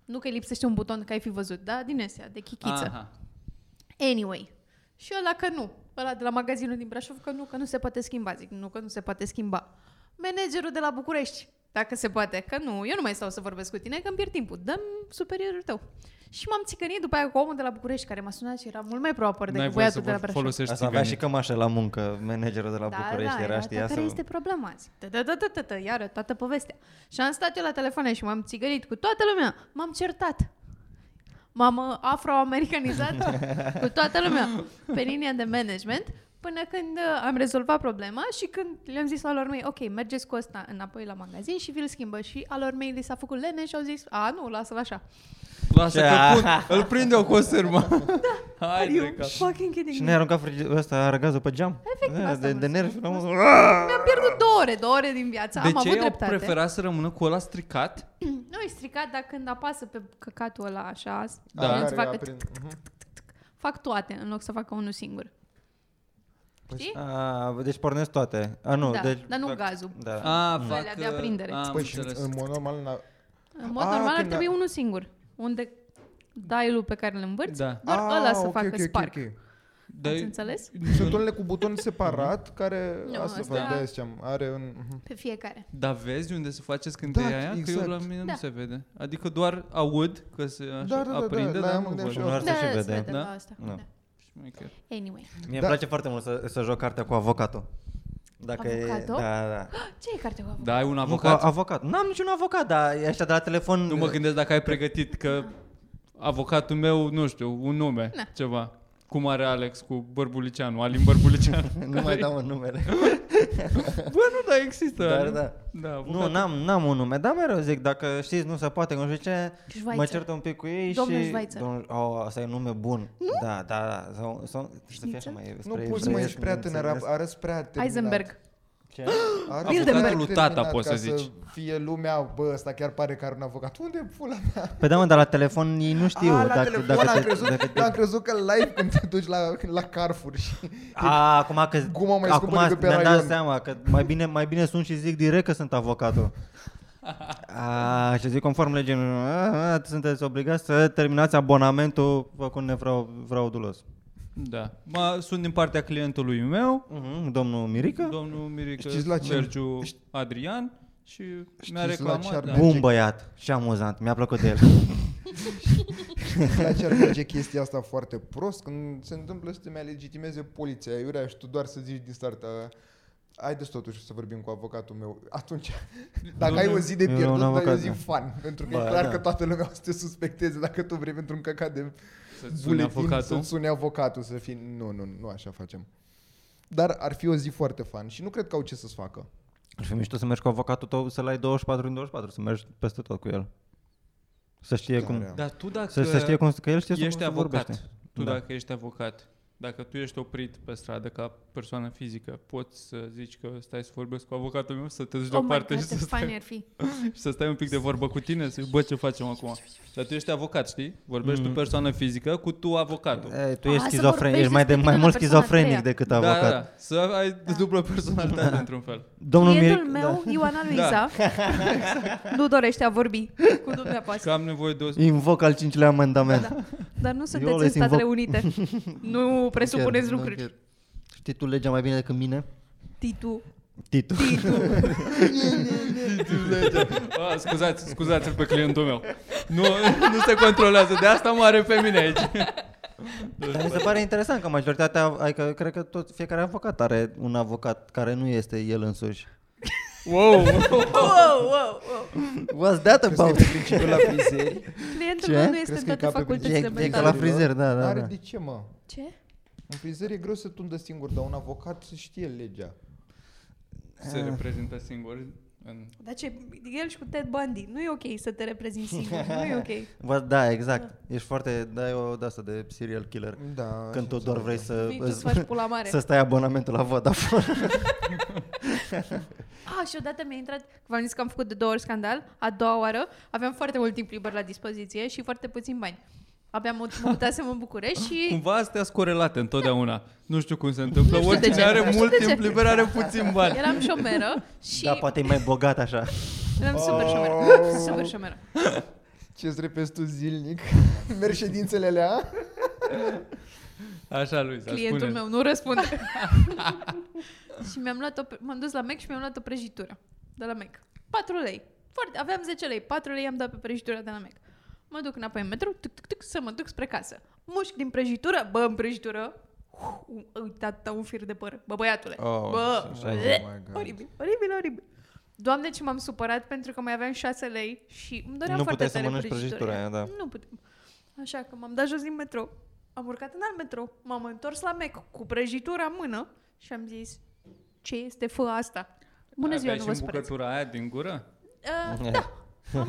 nu că îi lipsește un buton că ai fi văzut, da? Din astea, de chichiță.
Aha.
Anyway. Și ăla că nu. Ăla de la magazinul din Brașov că nu, că nu se poate schimba. Zic, nu, că nu se poate schimba. Managerul de la București, dacă se poate. Că nu, eu nu mai stau să vorbesc cu tine, că îmi pierd timpul. Dăm superiorul tău. Și m-am țicănit după aia cu omul de la București, care m-a sunat și era mult mai proapăr
N-ai
decât
voie să
băiatul de la
vor-
Brașov.
folosești
Asta avea și
țiganit.
cămașă la muncă, managerul de la
Da,
București era, știa
care
să...
este problema? Zic, da, da, da, da, da, da, iară, toată povestea. Și am stat eu la telefon și m-am țigărit cu toată lumea. M-am certat. M-am uh,
*laughs*
afroamericanizat cu toată lumea pe linia de management până când uh, am rezolvat problema și când le-am zis alor mei, ok, mergeți cu ăsta înapoi la magazin și vi-l schimbă. Și alor mei li s-a făcut lene și au zis, a, nu, lasă-l așa.
Lasă
Ce-
că pun, îl prinde o
*laughs*
conservă. Da.
Are you
Haide, ca...
fucking kidding
Adică Și
me?
ne-a aruncat frigi... ăsta răgazul pe geam.
Efectiv,
Da,
asta
de,
mă
de
refer.
nervi. la mână.
Mi-am pierdut două ore, două ore din viața.
De
Da, am
ce
avut
au
dreptate.
preferat să rămână cu ăla stricat?
Nu, e stricat, dar când apasă pe căcatul ăla așa,
Da.
da. îți
Care a
facă,
prins- Mhm.
fac toate în loc să facă unul singur.
Păi
Știi?
A, deci pornesc toate. A, nu,
da,
deci...
dar nu
fac-
gazul.
Da.
A,
Alea
Ah, fac...
de aprindere.
A, am
Păi și
înțeles.
în mod normal, na-
În mod
Ah,
normal ar
când
trebui
a-
unul singur. Unde daiul pe care îl învârți,
Da.
doar
Ah,
ăla să
ok,
facă
ok, ok,
spark.
ok.
Da,
Ați înțeles?
Sunt unele cu buton separat care
Nu,
asta
asta-
fac, de ziceam, are un... mhm.
Pe fiecare.
Da, vezi unde se face scânteia
Da,
aia? Că
exact.
eu la mine
Da.
nu se vede. Adică doar aud că se așa
Da, da, da, da,
aprinde,
la ea
dar
mă
nu
gândeam
văd.
și eu.
Nu ar
da,
să și
se
vede.
vede
Da?
la asta.
Nu.
Da.
Șmecher.
Anyway.
Mie îmi
Da.
place foarte mult să, să joc cartea cu avocatul. Dacă
Avocado?
E, da, da.
Ce e cartea cu avocat?
Da, ai un
Nu, cu
avocat.
avocat. N-am niciun avocat, dar e așa de la telefon.
Nu mă gândesc dacă ai pregătit că
Da.
avocatul meu, nu știu, un nume,
Na.
ceva. Cum are Alex cu Bărbuliceanu, Alin
*laughs*
Bărbuliceanu.
*laughs* nu mai dau un numele.
Bă, nu, dar există.
Dar
nu?
da.
*laughs* Da,
nu,
avocatul.
n-am, n-am un nume, dar mereu zic, dacă știți, nu se poate, nu știu ce,
Schweizer.
mă cert un pic cu ei
Domnul
și...
Schweizer.
Domnul oh, asta e un nume bun. Nu? Da, da, da. Sau, sau, să fie așa
Schnitzel?
mai
Nu
spre
poți, mă,
evreiesc,
ești prea tânăr,
înțeles.
ar- arăți prea terminat.
Heisenberg.
Ce?
Arăți
Bilderberg.
prea
Lui tata
terminat
poți
ca
să zici.
fie lumea, bă, ăsta chiar pare că are un avocat. Unde pula mea?
Păi da, mă, dar la telefon ei nu știu.
A, la
dacă,
telefon
dacă
am,
te-
crezut,
dacă te-
am crezut că live când te duci la, la Carrefour și...
A, acum că
Guma Păi, mai
acum
scumpă decât pe
mi-am dat
raion.
seama că mai bine, mai bine sun și zic direct că sunt
*laughs*
avocatul. A, și zic conform legii, "A, a, sunteți obligați să terminați abonamentul făcând nevrau, vraudulos.
Da. Mă, sunt din partea clientului meu,
Mhm, Domnul Mirică?
domnul Mirică
Știți la ce-
Sergiu Adrian și mi-a
la ce
reclamat.
ar-
Da.
Bun băiat și amuzant, mi-a plăcut de el.
La ce ar merge chestia asta foarte prost când se întâmplă să te mai legitimeze poliția iurea și tu doar să zici din start "A, Haideți totuși să vorbim cu avocatul meu. Atunci, dacă ai o zi de
Eu un
pierdut, dai o
avocat,
zi
da.
fan. Pentru că
Bă,
e clar
da.
că toată lumea o să te suspecteze dacă tu vrei pentru un căcat de
Să-ți sune
buletin
avocatul.
să-ți sune avocatul să fii... Nu, nu, nu așa facem. Dar ar fi o zi foarte fan și nu cred că au ce să-ți facă.
Ar fi mișto să mergi cu avocatul tău să-l ai 24 din 24, să mergi peste tot cu el. Să știe
Da,
cum...
da.
Dar tu dacă
Să, să știe cum... Că el știe cum
ești
se
avocat,
vorbește.
tu
Da.
dacă ești avocat, dacă tu ești oprit pe stradă ca persoană fizică, poți să zici că stai să vorbesc cu avocatul meu, să te duci la
Oh my
parte
God,
și
ce
să,
fain
stai,
ar fi.
și să stai un pic de vorbă cu tine, să zici, bă, ce facem acum? Dar tu ești avocat, știi? Vorbești tu persoană fizică cu tu avocatul.
Ei, tu
A,
Mm. ești
să
schizofrenic,
vorbești
ești mai, de,
despre
mai
tine
mult
la persoana
schizofrenic
treia.
decât
Da,
avocat.
da, da, să ai dublă personalitate într-un fel.
Domnul Da.
Clientul
Miric,
meu, Ioana Luisa, *laughs* nu dorește a vorbi cu dumneavoastră.
Că am nevoie de o...
invoc al cincilea amendament.
Da, Dar nu sunteți în
les
Statele
invoc.
*laughs*
Unite. Nu presupuneți
Nu
lucruri.
chiar. Știi tu legea mai bine decât mine?
Titu. *laughs*
Titu.
*laughs* A, Ah, scuzați, scuzați-l pe clientul meu. Nu, *laughs* nu se controlează, de asta mă are pe mine aici.
Dar mi se pare interesant că majoritatea, adică cred că tot, fiecare avocat are un avocat care nu este el însuși.
Wow!
Wow, wow, wow.
What's that
Crezi că e
about?
principiul la
*laughs*
frizeri?
Clientul
Ce?
meu nu este
Crezi
în
că e ca pe
toate
E-
facultățile
e
principiul
ca
mentale.
la frizer, da, da,
Are
da.
de ce, mă?
Ce?
Un frizer e greu să tundă singur, dar un avocat știe legea.
Se reprezintă singur în
Dar ce? El și cu Ted Bundy. Nu e ok să te reprezinți singur. Nu e ok. *laughs*
What, da, exact. Ești foarte, dai o de asta de serial killer.
Da.
Când tu doar vrei să
Vii tu să
îți, *laughs*
faci pula mare.
să stai abonamentul la Vodafone.
A, Ah, și odată mi-a intrat, că v-am zis că am făcut de două ori scandal, a doua oară aveam foarte mult timp liber la dispoziție și foarte puțin bani. Abia mă, mă mutasem în București și
Cumva astea sunt corelate întotdeauna. Nu știu cum se întâmplă.
știu de
Oricine
ce, nu
are
știu
mult
de ce.
timp liber are puțin bani.
eram șomeră și
Da, poate e mai bogat așa.
eram super șomeră.
Oh.
Super șomeră.
Ce-ți repezi tu *laughs* zilnic? Mergi ședințele alea?
Așa, Luisa,
Clientul
spune
meu nu răspunde. *laughs* și mi-am luat o, m-am dus la Mac și mi-am luat o prăjitură de la Mac. 4 lei. Foarte, aveam 10 lei, 4 lei am dat pe prăjitura de la Mac. Mă duc înapoi în metru, tuc, tuc, tuc, să mă duc spre casă. Mușc din prăjitură, bă, în prăjitură, uh, uitat un fir de păr. Bă, băiatule,
Oh,
bă,
și așa e.
bleh,
Oh my God.
oribil, oribil, oribil. Doamne, ce m-am supărat pentru că mai aveam 6 lei și îmi doream
Nu
foarte
puteai să
tare
mănânci prăjitura aia, da.
Nu puteam. Așa că m-am dat jos din metro, am urcat în alt metro, m-am întors la Mac cu prăjitura în mână și am zis, ce este fă asta? Bună ziua,
Aveai
nu
și
vă
în
spărați.
bucătura aia din gură?
*laughs*
Uh, da,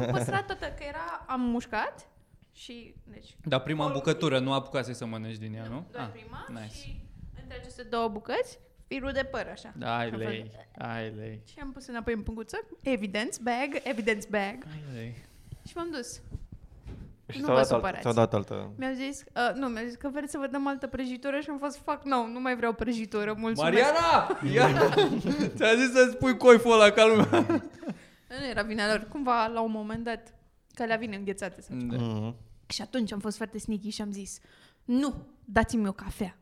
am păstrat toată, că era, am mușcat și, deci,
Dar prima în bucătură, nu apucase să mănânci din ea, nu?
doar
Ah,
prima
nice.
și între aceste două bucăți, firul de păr, așa.
Da, ai
În fel.
lei, ai lei,
Și am pus înapoi în punguță, evidence bag, evidence bag,
ai lei.
și m-am dus.
Și
Nu
ți-au
vă
dat altă-
supărați.
Ți-au dat altă.
Mi-au zis, uh, nu, mi-au zis că vreți să vă dăm altă prăjitură și am fost, fuck no, nu mai vreau prăjitură, mulțumesc.
Mariana! Ia! *laughs* Ți-a zis să-ți pui coiful ăla ca lumea.
Nu era vina lor, cumva la un moment dat, că le vine înghețate. Sau.
Da.
Mhm.
Și atunci am fost foarte sneaky și am zis, nu, dați-mi o cafea.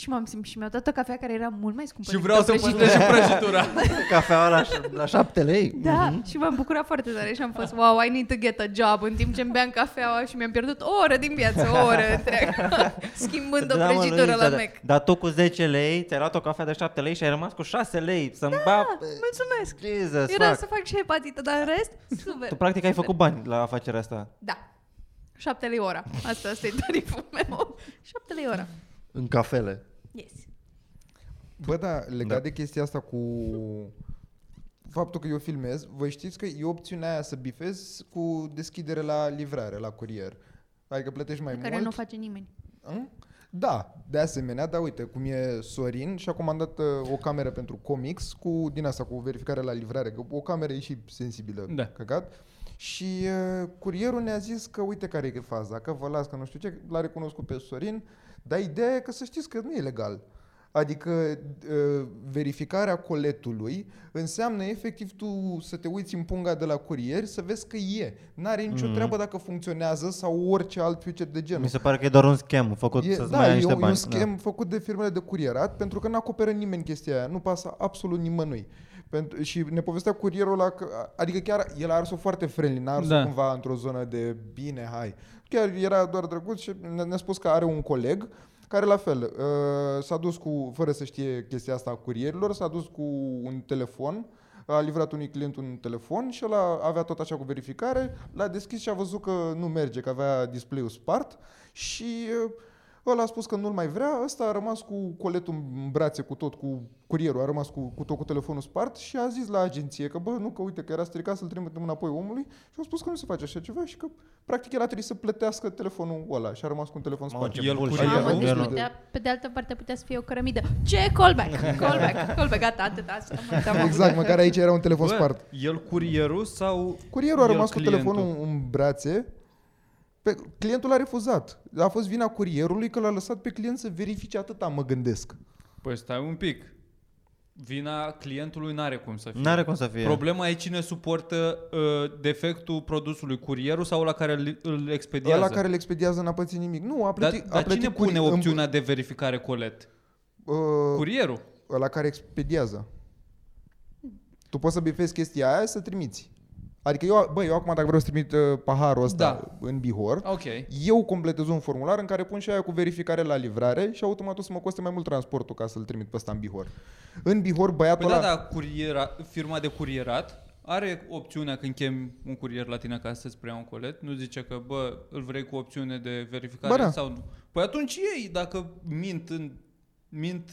Și m-am simțit și mi-au dat o cafea care era mult mai scumpă.
Și
decât
vreau
o
să
prăjitură.
păstrez și prăjitura.
Cafeaua la, ș- la șapte lei?
*laughs*
Mhm.
Da,
Mm-hmm.
și m-am bucurat foarte tare și am fost, wow, I need to get a job, în timp ce îmi beam cafeaua și mi-am pierdut o oră din viață, o oră
*laughs*
întreagă, schimbând o
Da, mă,
prăjitură
Luisa,
la
da-
Mac.
Dar tu cu 10 lei, ți-ai luat o cafea de 7 lei și ai rămas cu 6 lei să-mi
Da,
bap.
mulțumesc!
Jesus,
Era
fuck.
să fac și hepatită, dar în rest, super.
Tu practic ai făcut bani la afacerea asta.
Da. 7 lei ora. Asta este tariful meu. 7 lei ora.
În cafele.
Yes.
Bă, da, legat
Da.
de chestia asta cu faptul că eu filmez, voi știți că e opțiunea aia să bifez cu deschidere la livrare, la curier. Adică plătești mai
care
mult.
nu o face nimeni.
Hă? Da, de asemenea, dar uite, cum e Sorin și-a comandat uh, o cameră pentru comics cu din asta, cu verificare la livrare, că o cameră e și sensibilă,
Da.
căcat. Și uh, curierul ne-a zis că uite care e faza, că vă las că nu știu ce, l-a recunoscut pe Sorin, dar ideea e că să știți că nu e legal. Adică uh, verificarea coletului înseamnă efectiv tu să te uiți în punga de la curier să vezi că e. N-are nicio mm-hmm. treabă dacă funcționează sau orice alt feature de genul.
Mi se pare că e doar un schem făcut
E,
să-ți
da,
mai ai
e,
niște
un, e
bani.
un schem da. făcut de firmele de curierat pentru că nu acoperă nimeni chestia aia, nu pasă absolut nimănui. Pentru, și ne povestea curierul ăla, că, adică chiar el a ars-o foarte friendly, n-a ars-o
Da.
da. cumva într-o zonă de bine, hai. Chiar era doar drăguț și ne- ne-a spus că are un coleg care la fel uh, s-a dus cu, fără să știe chestia asta a curierilor, s-a dus cu un telefon a livrat unui client un telefon și ăla avea tot așa cu verificare, l-a deschis și a văzut că nu merge, că avea display-ul spart și uh, Ăla a spus că nu-l mai vrea, ăsta a rămas cu coletul în brațe, cu tot, cu curierul, a rămas cu, cu tot cu telefonul spart și a zis la agenție că, bă, nu, că uite, că era stricat să-l trimitem înapoi omului și au spus că nu se face așa ceva și că, practic, el a trebuit să plătească telefonul ăla și a rămas cu un telefon
Mamă,
spart.
ce
El
bullshit.
cu
Mamă,
Eu
deci
nu-
nu te-
putea, pe de altă parte putea să fie o cărămidă. Ce? Callback!
*laughs*
Callback! Callback! Gata, atât. Asta am uitat. m-am
Exact, măcar aici era un telefon
Bă,
spart.
el curierul sau...
Curierul a
el
rămas cu
clientul?
telefonul în brațe, pe, clientul a refuzat. A fost vina curierului că l-a lăsat pe client să verifice atâta, mă gândesc.
Păi stai un pic. Vina clientului n-are cum să fie.
Da. N-are cum să fie.
Problema e cine suportă uh, defectul produsului, curierul sau la care îl, îl expediază.
Ăla care le expediază n-a pățit nimic. Nu, a
dar,
plătit, a
dar
plătit
cine
curi-
pune
în-
opțiunea de verificare colet?
Uh,
Curierul.
ăla care expediază. Tu poți să bifezi chestia aia să trimiți. Adică eu, bă, eu acum dacă vreau să trimit uh, paharul ăsta
Da.
în Bihor,
Ok.
eu completez un formular în care pun și aia cu verificare la livrare și automat o să mă coste mai mult transportul ca să-l trimit pe ăsta în Bihor. În Bihor, băiatul
Păi da,
ăla...
da, curiera, firma de curierat are opțiunea când chem un curier la tine acasă să-ți preia un colet, nu zice că, bă, îl vrei cu opțiune de verificare
Bă, da.
sau nu. Păi atunci ei, dacă mint, în, mint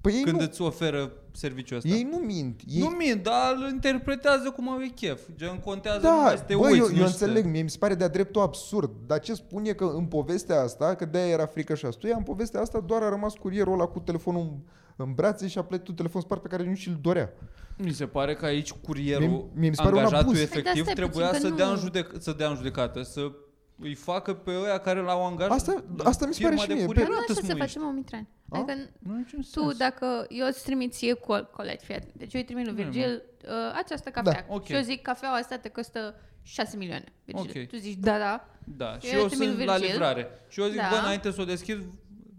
Păi ei
când
nu,
îți oferă serviciul ăsta.
ei nu mint. Ei,
Nu mint, dar îl interpretează cum au ei chef. Gen, contează
da,
numai să te
bă,
uiți.
eu, eu
nu știu.
înțeleg, mie mi se pare de-a dreptul absurd, dar ce spune că în povestea asta, că de-aia era frică și astuia, în povestea asta doar a rămas curierul ăla cu telefonul în brațe și a plătit un telefon spart pe care nu și-l dorea.
Mi se pare că aici curierul,
Mie- mie mi se pare un
angajatul
abuz.
efectiv,
Păi, dar stai
trebuia
puțin, că
să,
nu-
dea în judec- să dea în judecată, să îi facă pe ăia care l-au angajat.
Asta- asta mi se pare
firma
și
de
mie,
curier,
Dar nu
nu
așa
te
se
smuiești.
face, mă, Mitran. Adică n-
Nu are niciun
tu, da.
sens.
dacă eu îți trimit ție col, colegi, fii atent. Deci eu îi trimit lui
Nu e
Virgil uh, această cafea.
ok.
Și eu zic, cafeaua asta te costă 6 milioane. Virgil.
Ok.
Tu zici, da, da.
Da, și
Eu
eu,
îl
sunt
trimit
la
Virgil.
livrare. Și eu zic,
Da.
bă, înainte să o deschid,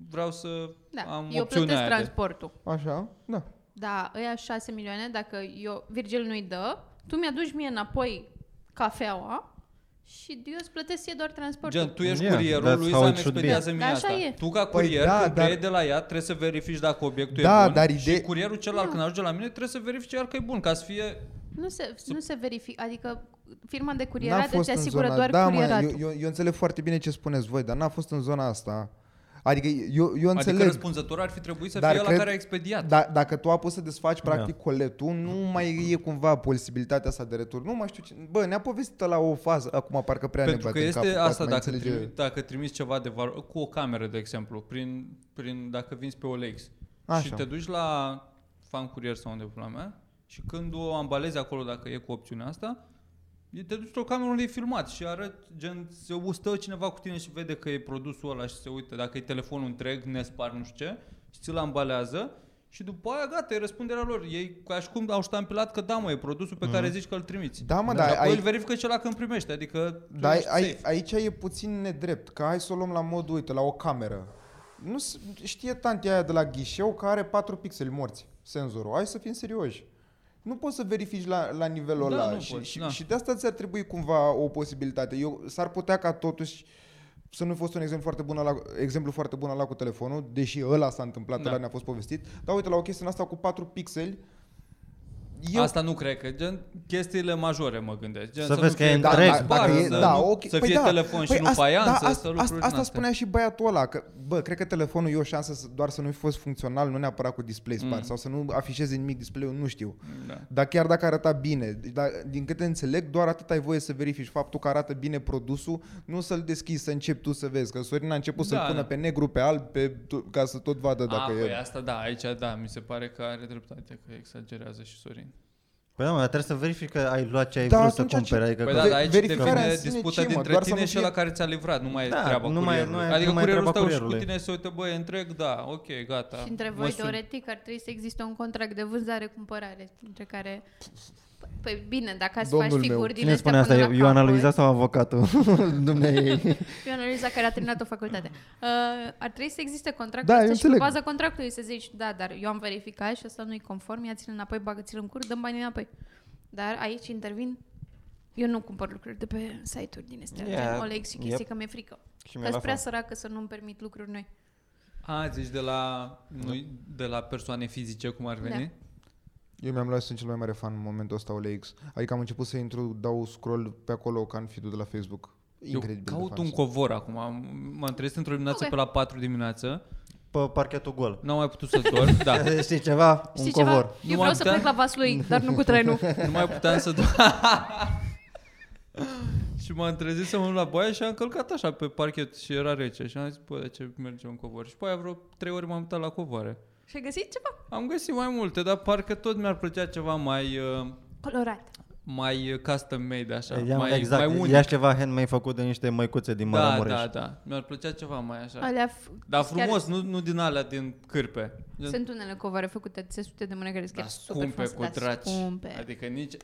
vreau să
da.
am
eu
opțiunea
plătesc
aia de...
transportul.
Așa? Da.
Da, ăia 6 milioane, dacă eu, Virgil nu-i dă, tu mi-aduci mie înapoi cafeaua și eu îți plătesc ție doar transportul.
Gen, tu ești
Yeah,
yeah, curierul
that's
lui,
how
să-mi
it should be.
expediază mie
Da, așa
asta.
e.
Tu ca
Păi
curier,
da,
când
dar-
iei de la ea, trebuie să verifici dacă obiectul
Da,
e bun.
dar
Și
ide-
curierul celălalt, când ajunge la mine, trebuie să verifice iar că e bun, ca să fie...
Nu se, nu se verifică, adică firma de
N-a
curierat
fost
îți
în
asigură
zona-
doar
da,
curieratul.
Mă, eu, eu, eu înțeleg foarte bine ce spuneți voi, dar n-a fost în zona asta. Adică eu, eu înțeleg.
Adică răspunzător ar fi trebuit să
Dar
fie la
cred-
care a expediat.
Da, dacă tu a pus să desfaci practic coletul, nu mai e cumva posibilitatea asta de retur. Nu mai știu ce... Bă, ne-a povestit la o fază, acum parcă prea ne
Pentru că
bate în
este
cap,
asta,
mai
dacă,
înțelege-
trimi, dacă trimiți ceva de valoare, cu o cameră, de exemplu, prin, prin dacă vinzi pe OLX și
Așa.
te duci la fan curier sau unde pula mea și când o ambalezi acolo, dacă e cu opțiunea asta, e- te duci într-o cameră unde e filmat și arăt, gen, se ustă cineva cu tine și vede că e produsul ăla și se uită, dacă e telefonul întreg, nespar, nu știu ce, și ți-l ambalează și după aia, gata, e răspunderea lor. Ei, ca și cum au ștampilat că da, mă, e produsul pe mm-hmm. care zici că îl trimiți.
Da, mă,
Și
dar
apoi
ai-
îl verifică cel când primește, adică tu
Dar ai,
ești
ai,
safe.
aici e puțin nedrept, că hai să o luăm la mod, uite, la o cameră. Nu s- știe tantea aia de la ghișeu că are 4 pixeli morți, senzorul. Hai să fim serioși. Nu poți să verifici la, la nivelul
Da,
ăla
nu
și,
poți,
și,
da.
și de asta ți-ar trebui cumva o posibilitate. Eu, s-ar putea ca totuși să nu fi fost un exemplu foarte bun la exemplu foarte bun la cu telefonul, deși ăla s-a întâmplat,
Da.
da. ăla ne-a fost povestit. Dar uite, la o chestie în asta cu 4 pixeli,
Eu... Asta nu cred că, gen, chestiile majore mă gândesc. Gen,
Să vezi
nu
că
fie
e întreg.
dar-
Dacă
dar
e-
să
da,
nu-
ok.
Să fie
da.
telefon și nu faianță,
asta,
să
asta,
lucruri din
asta
astea.
spunea și băiatul ăla, că bă, cred că telefonul e o șansă să, doar să nu fi fost funcțional, nu neapărat cu display spart,
Mm.
sau să nu afișeze nimic display-ul, nu știu.
Da.
Dar chiar dacă arăta bine, deci, dar, din câte înțeleg, doar atât ai voie să verifici faptul că arată bine produsul, nu să-l deschizi, să începi tu să vezi, că Sorin a început
Da,
să-l pună
da.
pe negru, pe alb, pe, tu- ca să tot vadă
A,
dacă
păi
e.
asta da, aici da, mi se pare că are dreptate, că exagerează și Sorin.
Păi da, mă, dar trebuie să verifici că ai luat ce ai
Da,
vrut să
atunci ce-
cumperi. Adică
Păi
că-
da, dar aici
verificarea
devine
în sine
disputa
ce, mă?
dintre
Doar să
tine
nu
și
fie-
ăla care ți-a livrat, nu mai e
Da,
treaba
nu mai-
curierului.
nu mai-
adică
nu mai e treaba
curierul stau și cu
curierului.
tine și se uită, băi, întreg, da, ok, gata.
Și între
mă
voi,
sun.
teoretic, ar trebui să existe un contract de vânzare-cumpărare, între care... P- Păi bine, dacă ați
Domnul
faci
meu.
figuri din
Cine
astea
spune asta?
până la
Ioana
capăt-
Luiza sau avocatul? *laughs* Dumnezeu.
Ioana Luiza, care a terminat o facultate. Uh, ar trebui să existe contractul
Da, eu
ăsta și pe
înțeleg.
baza contractului să zici, da, dar eu am verificat și asta nu-i conform, ia ți-l înapoi, bagă ți-l în cur, dăm banii înapoi. Dar aici intervin eu nu cumpăr lucruri de pe site-uri din astea,
Yeah.
gen Olex și chestii,
Yep.
că mi-e frică.
Și
Că
mi-e la
sunt prea
fel.
săracă să nu-mi permit lucruri noi.
A, zici de la, nu, de la persoane fizice, cum ar veni?
Da.
Eu mi-am luat, sunt cel mai mare fan în momentul ăsta OLX. Adică am început să intru, dau scroll pe acolo ca în feed de la Facebook. Incredibil de
Eu
fan
caut un
sunt.
covor acum, m-am trezit într-o dimineață
Ok.
pe la 4 dimineață,
Pe parchetul gol.
n-am mai putut să
*laughs*
dorm, da.
Știi ceva? Un
Știi
covor.
ceva?
Nu
Eu
mai
vreau să
putea?
plec la Vaslui, dar nu cu
*laughs*
trenul.
Nu mai puteam să *laughs* Și m-am trezit să mă duc la baie și am călcat așa pe parchet și era rece și am zis, bă, de ce merge un covor? Și pe aia vreo trei ori m-am uitat la covoare.
Și ai găsit ceva?
Am găsit mai multe, dar parcă tot mi-ar plăcea ceva mai, uh,
Colorat.
mai custom made, așa,
Ia,
mai,
exact,
mai unic.
ia ceva handmade făcut de niște măicuțe din
da,
Maramureș.
da, da, mi-ar plăcea ceva mai
Da.
așa.
Alea f-
Dar
chiar
frumos, nu, nu din alea din cârpe.
Da.
Sunt unele covare făcute de țesute de mână care sunt
Dar
chiar super
scumpe
frumoase,
cu
dar
draci.
Scumpe.
Adică nici...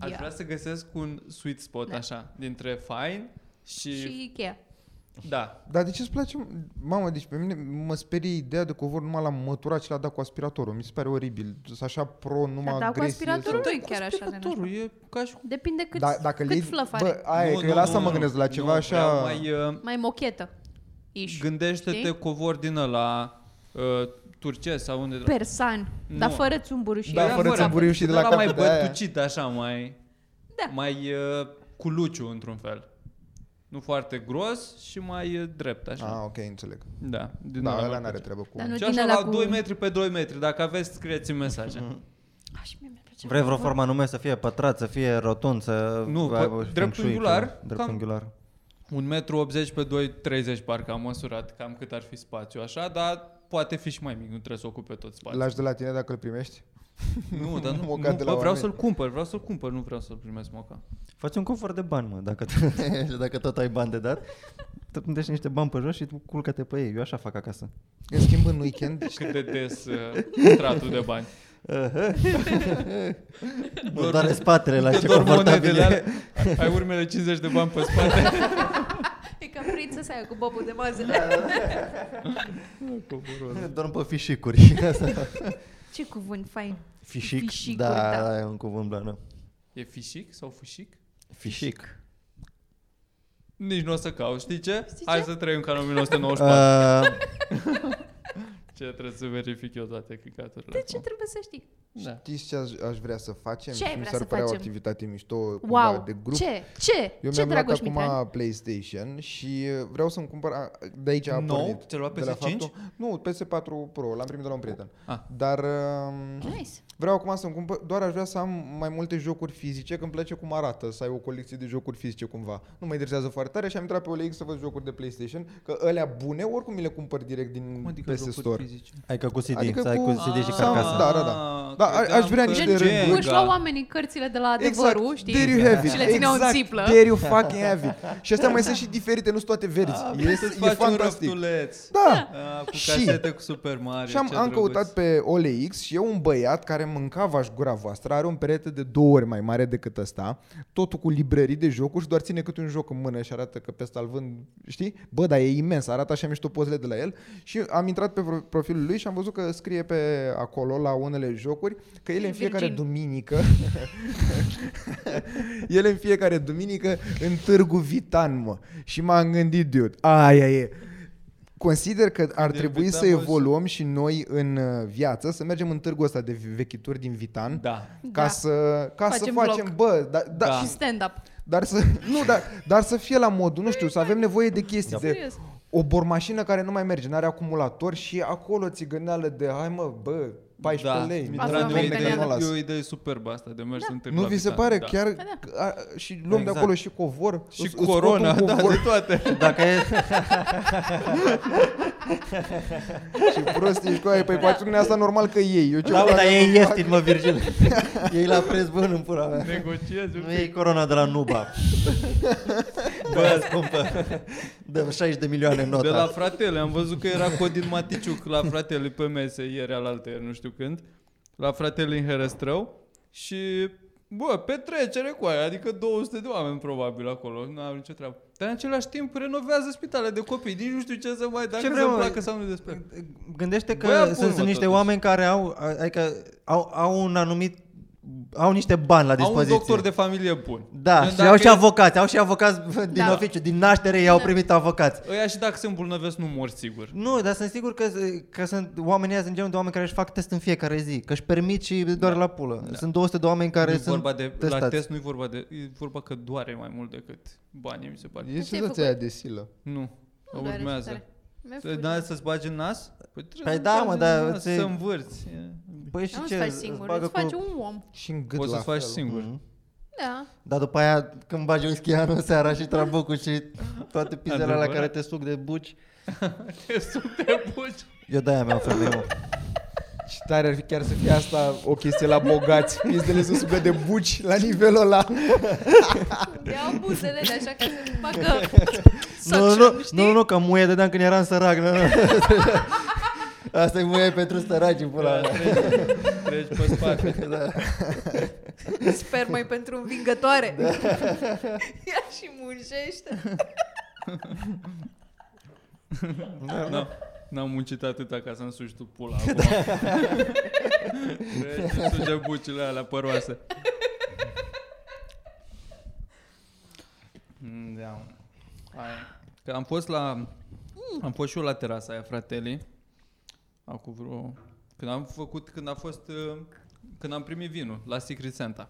Aș
Ia.
vrea să găsesc un sweet spot
Da.
așa, dintre fine și...
Și Ikea.
Da,
Dar de ce îți place? Mamă, deci pe mine mă sperie ideea de covor numai la mătura și la dat cu aspiratorul. Mi se pare oribil. Sunt așa pro numai
Dar da, cu
agresie.
aspiratorul
sau-
nu e chiar așa de nașpa.
Aspiratorul e ca și cu...
Depinde cât,
Da, dacă
cât
le iei-
fluff are.
Bă, aia, e, că la asta mă gândesc, la ceva
nu,
așa...
prea Mai, uh,
mai mochetă. Ish.
gândește-te
știi?
covor din ăla uh, turcesc sau unde...
Persan.
Nu.
Dar fără țumburu și
Da,
el la
fără
capăt.
țumburiu și de la
ăla mai
capăt, aia.
bătucit așa, mai...
Da.
Mai uh, cu luciu, într-un fel. Nu foarte gros și mai uh, drept, așa.
Ah, ok, înțeleg.
Da, din
Da,
mai
ăla n-are
bătucit.
treabă cu...
Dar nu
Și
din
așa
ăla
la
cu...
2 metri pe 2 metri, dacă aveți, scrieți-mi mesaje.
Mhm.
Ah, și mie mi-ar plăcea
Vrei vreo
covor.
formă anume să fie pătrat, să fie rotund, să
Nu,
aibă
pă-
feng shui,
dreptunghiular,
că-
cam-
Dreptunghiular.
1,80 m pe 2,30 parcă am măsurat cam cât ar fi spațiu așa, dar poate fi și mai mic, nu trebuie să ocupe tot spațiul.
Lași de la tine dacă îl primești?
Nu, dar nu, nu
*laughs* moca de la
bă, vreau
oameni.
să-l cumpăr, vreau să-l cumpăr, nu vreau să-l primesc
*laughs*
moca.
Faci un cufăr de bani, mă, dacă tot, *laughs* dacă tot ai bani de dat. *laughs* Tot plântești niște bani pe jos și tu culcă-te pe ei. Eu așa fac *laughs* acasă.
În schimb, în
*laughs*
weekend,
Cât de
*laughs*
des uh, tratul de bani.
Nu doare spatele *laughs* la ce
Te dor monedele
confortabil e.
alea, ai urmele 50 de bani pe spate.
E ca frița să aia cu bobul de mazăle.
Da.
*laughs* Dorm pe fișicuri.
*laughs* Ce cuvânt
Da.
fain.
Fișic?
Fișicuri,
da,
da.
da, e un cuvânt blană.
E fișic sau fâșic?
Fișic.
Nici nu o să caut, știi ce?
Știi
Hai
ce?
să trăim
*laughs*
ca în 1994.
Uh,
Ce trebuie să verific eu toate căcaturile
De ce trebuie să știi?
Da.
știți ce aș, aș vrea să facem?
Ce ai
Mi
vrea
s-ar
să
părea o
facem?
activitate mișto cumva,
Wow!
de grup.
Ce? Ce?
Eu
ce,
mi-am luat
Dragoș
acum
Mitran?
PlayStation și uh, vreau să-mi cumpăr, a, de aici a
Nou?
pornit.
Ți-ai luat
De la
PS5?
faptul- nu, PS4 Pro, l-am primit de la un prieten.
Ah.
Dar um,
Nice.
vreau acum să-mi cumpăr, doar aș vrea să am mai multe jocuri fizice, că îmi place cum arată, să ai o colecție de jocuri fizice cumva. Nu mă interesează foarte tare și am intrat pe OLX să văd jocuri de PlayStation, că alea bune oricum mi le cumpăr direct din
Cum adică
PS Store.
jocuri fizice?
adică cu CD,
Adică
adică să ai cu
cu-
CD și
Ah.
carcasa.
Da, da, da. Da, a- aș vrea niște
Gen,
rânduri.
își luau oamenii cărțile de la adevărul, știi?
Exact. There
Da.
you have it.
Și le țineau
exact.
în țiplă.
There you fucking have it. Și astea mai sunt și diferite, nu sunt toate verzi.
Ah, vrei să-ți
e, e
faci un
fantastic.
răftuleț.
Da.
Ah, Cu
Și-
casete cu Super Mario.
Și am,
ce
am
drăguț.
căutat pe OLX și e un băiat care mânca vaș gura voastră, are un perete de două ori mai mare decât ăsta, totul cu librării de jocuri și doar ține câte un joc în mână și arată că pe ăsta îl vând, știi? Bă, dar e imens, arată așa mișto pozele de la el și am intrat pe pro- profilul lui și am văzut că scrie pe acolo la unele jocuri că ele în fiecare
Virgin.
duminică *laughs* ele în fiecare duminică în Târgu Vitan, mă. Și m-am gândit, dude, aia e. Consider că ar
e
trebui să
Vitan, mă,
evoluăm și noi în uh, viață, să mergem în târgul ăsta de vechituri din Vitan.
Da.
Ca
Da.
să ca
Facem
să facem,
bloc.
bă, da, da,
Da.
da.
Și stand-up.
dar să *laughs* nu, dar, dar să fie la modul, nu știu, să avem nevoie de
Da.
chestii de
Serios.
o bormașină care nu mai merge, nu are acumulator și acolo țigăneală de hai mă, bă, 14
da.
lei.
Mitran,
Asta
nu
e o
vine
idee,
de
nu
la-
las.
e o idee superbă asta de mers în târg
Nu
la
vi se
Vitan,
pare
da.
chiar
da.
că- a, și luăm de
Exact.
acolo și covor
Și
îți- îți scot
corona,
un
da,
covor
de toate.
Dacă e...
și prost ești cu aia,
Da.
păi patrunea asta normal că ei. Eu ce
Da, bă,
fac?
dar e ieftin, mă, *laughs* Virgil. Ei la preț bun în pula mea.
Negociezi un
Nu
pic.
e corona de la *laughs* Nuba. Bă, scumpă. Dăm 60 de milioane în
De la
nota.
fratele, am văzut că era Codin Maticiuc la fratele pe mese ieri alaltă, ieri, nu știu când, la fratele în Herăstrău și, bă, petrecere cu aia, adică 200 de oameni probabil acolo, nu am nicio treabă. Dar în același timp renovează spitale de copii, nici nu știu ce să mai,
Ce
dacă ce
vrem,
să-mi
mă?
placă sau nu despre.
Gândește că
Băi,
Bă,
acum,
sunt,
mă,
sunt niște
totuși.
oameni care au, adică, au, au un anumit, au niște bani la
Au
dispoziție.
un doctor de familie bun.
Da,
Gen,
și
dacă
au și
e-
avocați, au și avocați din
Da.
oficiu, din naștere ei au primit avocați.
Ăia și dacă se îmbolnăvesc nu mor sigur.
Nu, dar sunt sigur că, că sunt oamenii ăia sunt genul de oameni care își fac test în fiecare zi, că își permit și doar la pulă. Da. Sunt 200 de oameni care
nu
sunt
vorba de,
testați.
la test nu e vorba de, e vorba că doare mai mult decât banii, mi se pare.
E
Ce ți-ai
senzația aia
făcut?
de silă.
Nu,
Nu, doare
urmează.
tare. Mi-a
Să-
făcut.
Da, să-ți bagi în nas? Păi, trebuie
Păi
să-ți
da,
bagi
mă,
în
dar
nas,
ți-
Să învârți.
Păi și
Nu
ce?
îți faci
îți
singur,
bagă
îți faci
cu... Mhm.
un om.
Și în gât
Poți
la
să-ți faci
fel.
singur.
mm.
*laughs*
Da.
Dar după aia când bagi oischianul seara și trabucul și toate pizdele alea
Adevărat.
care te suc de buci.
Te suc de buci.
Eu de-aia mi-am femeie, mă.
Și tare ar fi chiar să fie asta o chestie la bogați. Pizdele se sugă de buci la nivelul ăla.
Iau buzele de așa ca să facă
Nu,
suction,
nu,
știi?
nu, nu, că muie dădeam când eram sărac. Nu, *laughs* nu. Asta e muie pentru săraci, pula mea.
Da, Treci- Treci
*laughs*
pe spate.
Da.
Sper mai pentru învingătoare. Da. *laughs* Ia și muncește.
Nu, Da. N-am muncit atâta ca să-mi sugi tu
*laughs*
pula acum. Treci, îți suge bucile alea păroase. Mm, Da, mă. Hai. Că am fost la... mm, Am fost și eu la terasa aia, fratele. Acum vreo... Când am făcut, când a fost... uh, Când am primit vinul la Secret Santa.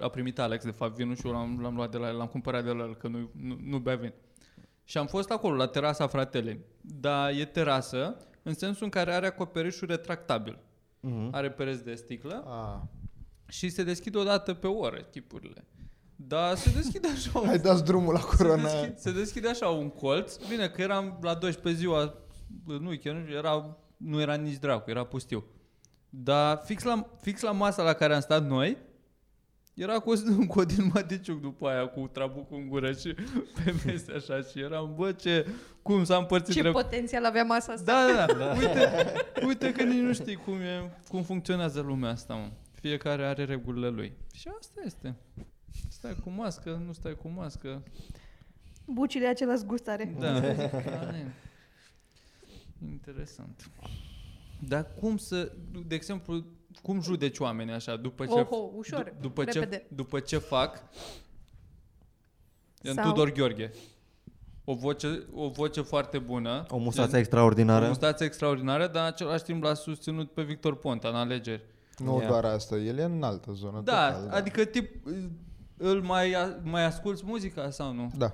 A primit Alex, de fapt, vinul și eu l-am, l-am luat de la el, l-am cumpărat de la el, că nu, nu, nu bea vin. Și am fost acolo, la terasa fratele. Dar e terasă în sensul în care are acoperișul retractabil.
Mhm.
Are pereți de sticlă și se deschide o dată pe oră chipurile. Dar se deschide așa un
Ai dat drumul la
se
corona.
deschide, se deschide așa un colț. Bine că eram la 12 ziua bă, nu, chiar nu, era, nu era nici dracu, era pustiu. Dar fix la, fix la masa la care am stat noi, era *laughs* cu un codin maticiuc după aia cu trabucul în gură și *laughs* pe mese așa și eram, bă, ce, cum s-a împărțit
Ce
drept-
potențial avea masa asta?
da, da, da, da. *laughs* Uite, uite că nici nu știi cum, e, cum funcționează lumea asta, mă. Fiecare are regulile lui. Și asta este. Stai cu mască, nu stai cu mască.
Bucile același gust are.
Da. da e. Interesant. Dar cum să, de exemplu, cum judeci oamenii așa după ce,
Oho, ușor,
du- după, ce
repede.
după ce fac? În
Sau-
Tudor Gheorghe. O voce, o voce foarte bună.
O
Gen-
mustață extraordinară.
o mustață extraordinară, dar în același timp l-a susținut pe Victor Ponta în alegeri.
Nu
Ia.
doar asta, el e în altă zonă.
Da,
total,
adică tip, îl mai, mai asculți muzica sau nu?
Da.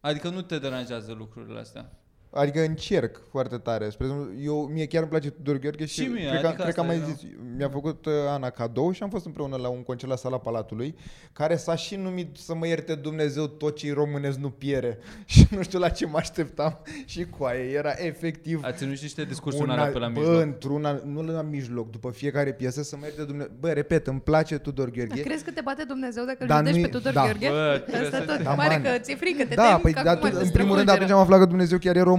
Adică nu te deranjează lucrurile astea.
Adică încerc foarte tare. Spre exemplu, eu, mie chiar îmi place Tudor Gheorghe și,
Și mie,
cred, că,
adică
cred că am
asta
mai
era.
zis, mi-a făcut uh, Ana cadou și am fost împreună la un concert la sala Palatului, care s-a și numit să mă ierte Dumnezeu tot ce românesc nu piere. *laughs* și nu știu la ce mă așteptam și cu aia era efectiv
A ținut și niște discursuri
un
în
alt-
pe la
bă,
mijloc.
într-un alt- nu la mijloc, după fiecare piesă să mă ierte Dumnezeu. Bă, repet, îmi place Tudor Gheorghe.
Crezi că te bate Dumnezeu dacă îl
Dar
judești
nu
pe
e-
Tudor
da.
Gheorghe?
Bă, trebuie
Asta
să
tot.
te-
Da,
Pare
man.
că ți-e frică, te
Da,
temi
păi
că
dar
acum
tu-
te
în primul rând atunci
strămulgeră.
am aflat că Dumnezeu chiar e român.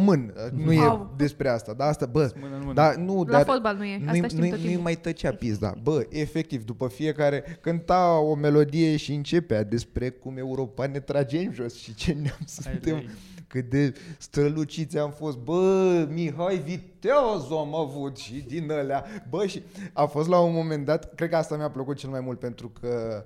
Nu e
Au.
despre asta, dar asta, bă,
Mână în mână.
da, nu,
La
dar
fotbal nu e, asta
nu-i-
știm
nu-i-
tot
nu-i
timpul.
mai tăcea pizda. Bă, efectiv, după fiecare cânta o melodie și începea despre cum Europa ne trage în jos și ce ne-am suntem,
lei.
cât de străluciți am fost. Bă, Mihai Viteazu am avut și din ălea. Bă, și a fost la un moment dat, cred că asta mi-a plăcut cel mai mult pentru că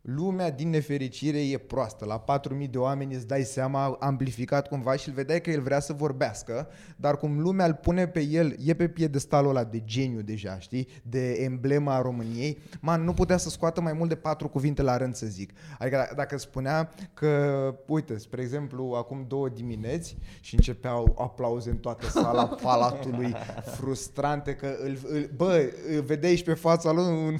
Lumea, din nefericire, e proastă. La 4.000 de oameni îți dai seama, amplificat cumva și îl vedeai că el vrea să vorbească, dar cum lumea îl pune pe el, e pe piedestalul ăla de geniu deja, știi? De emblema a României. Man, nu putea să scoată mai mult de patru cuvinte la rând, să zic. Adică d- dacă spunea că, uite, spre exemplu, acum două dimineți și începeau aplauze în toată sala palatului, frustrante că îl, îl bă, îl vedeai și pe fața lui un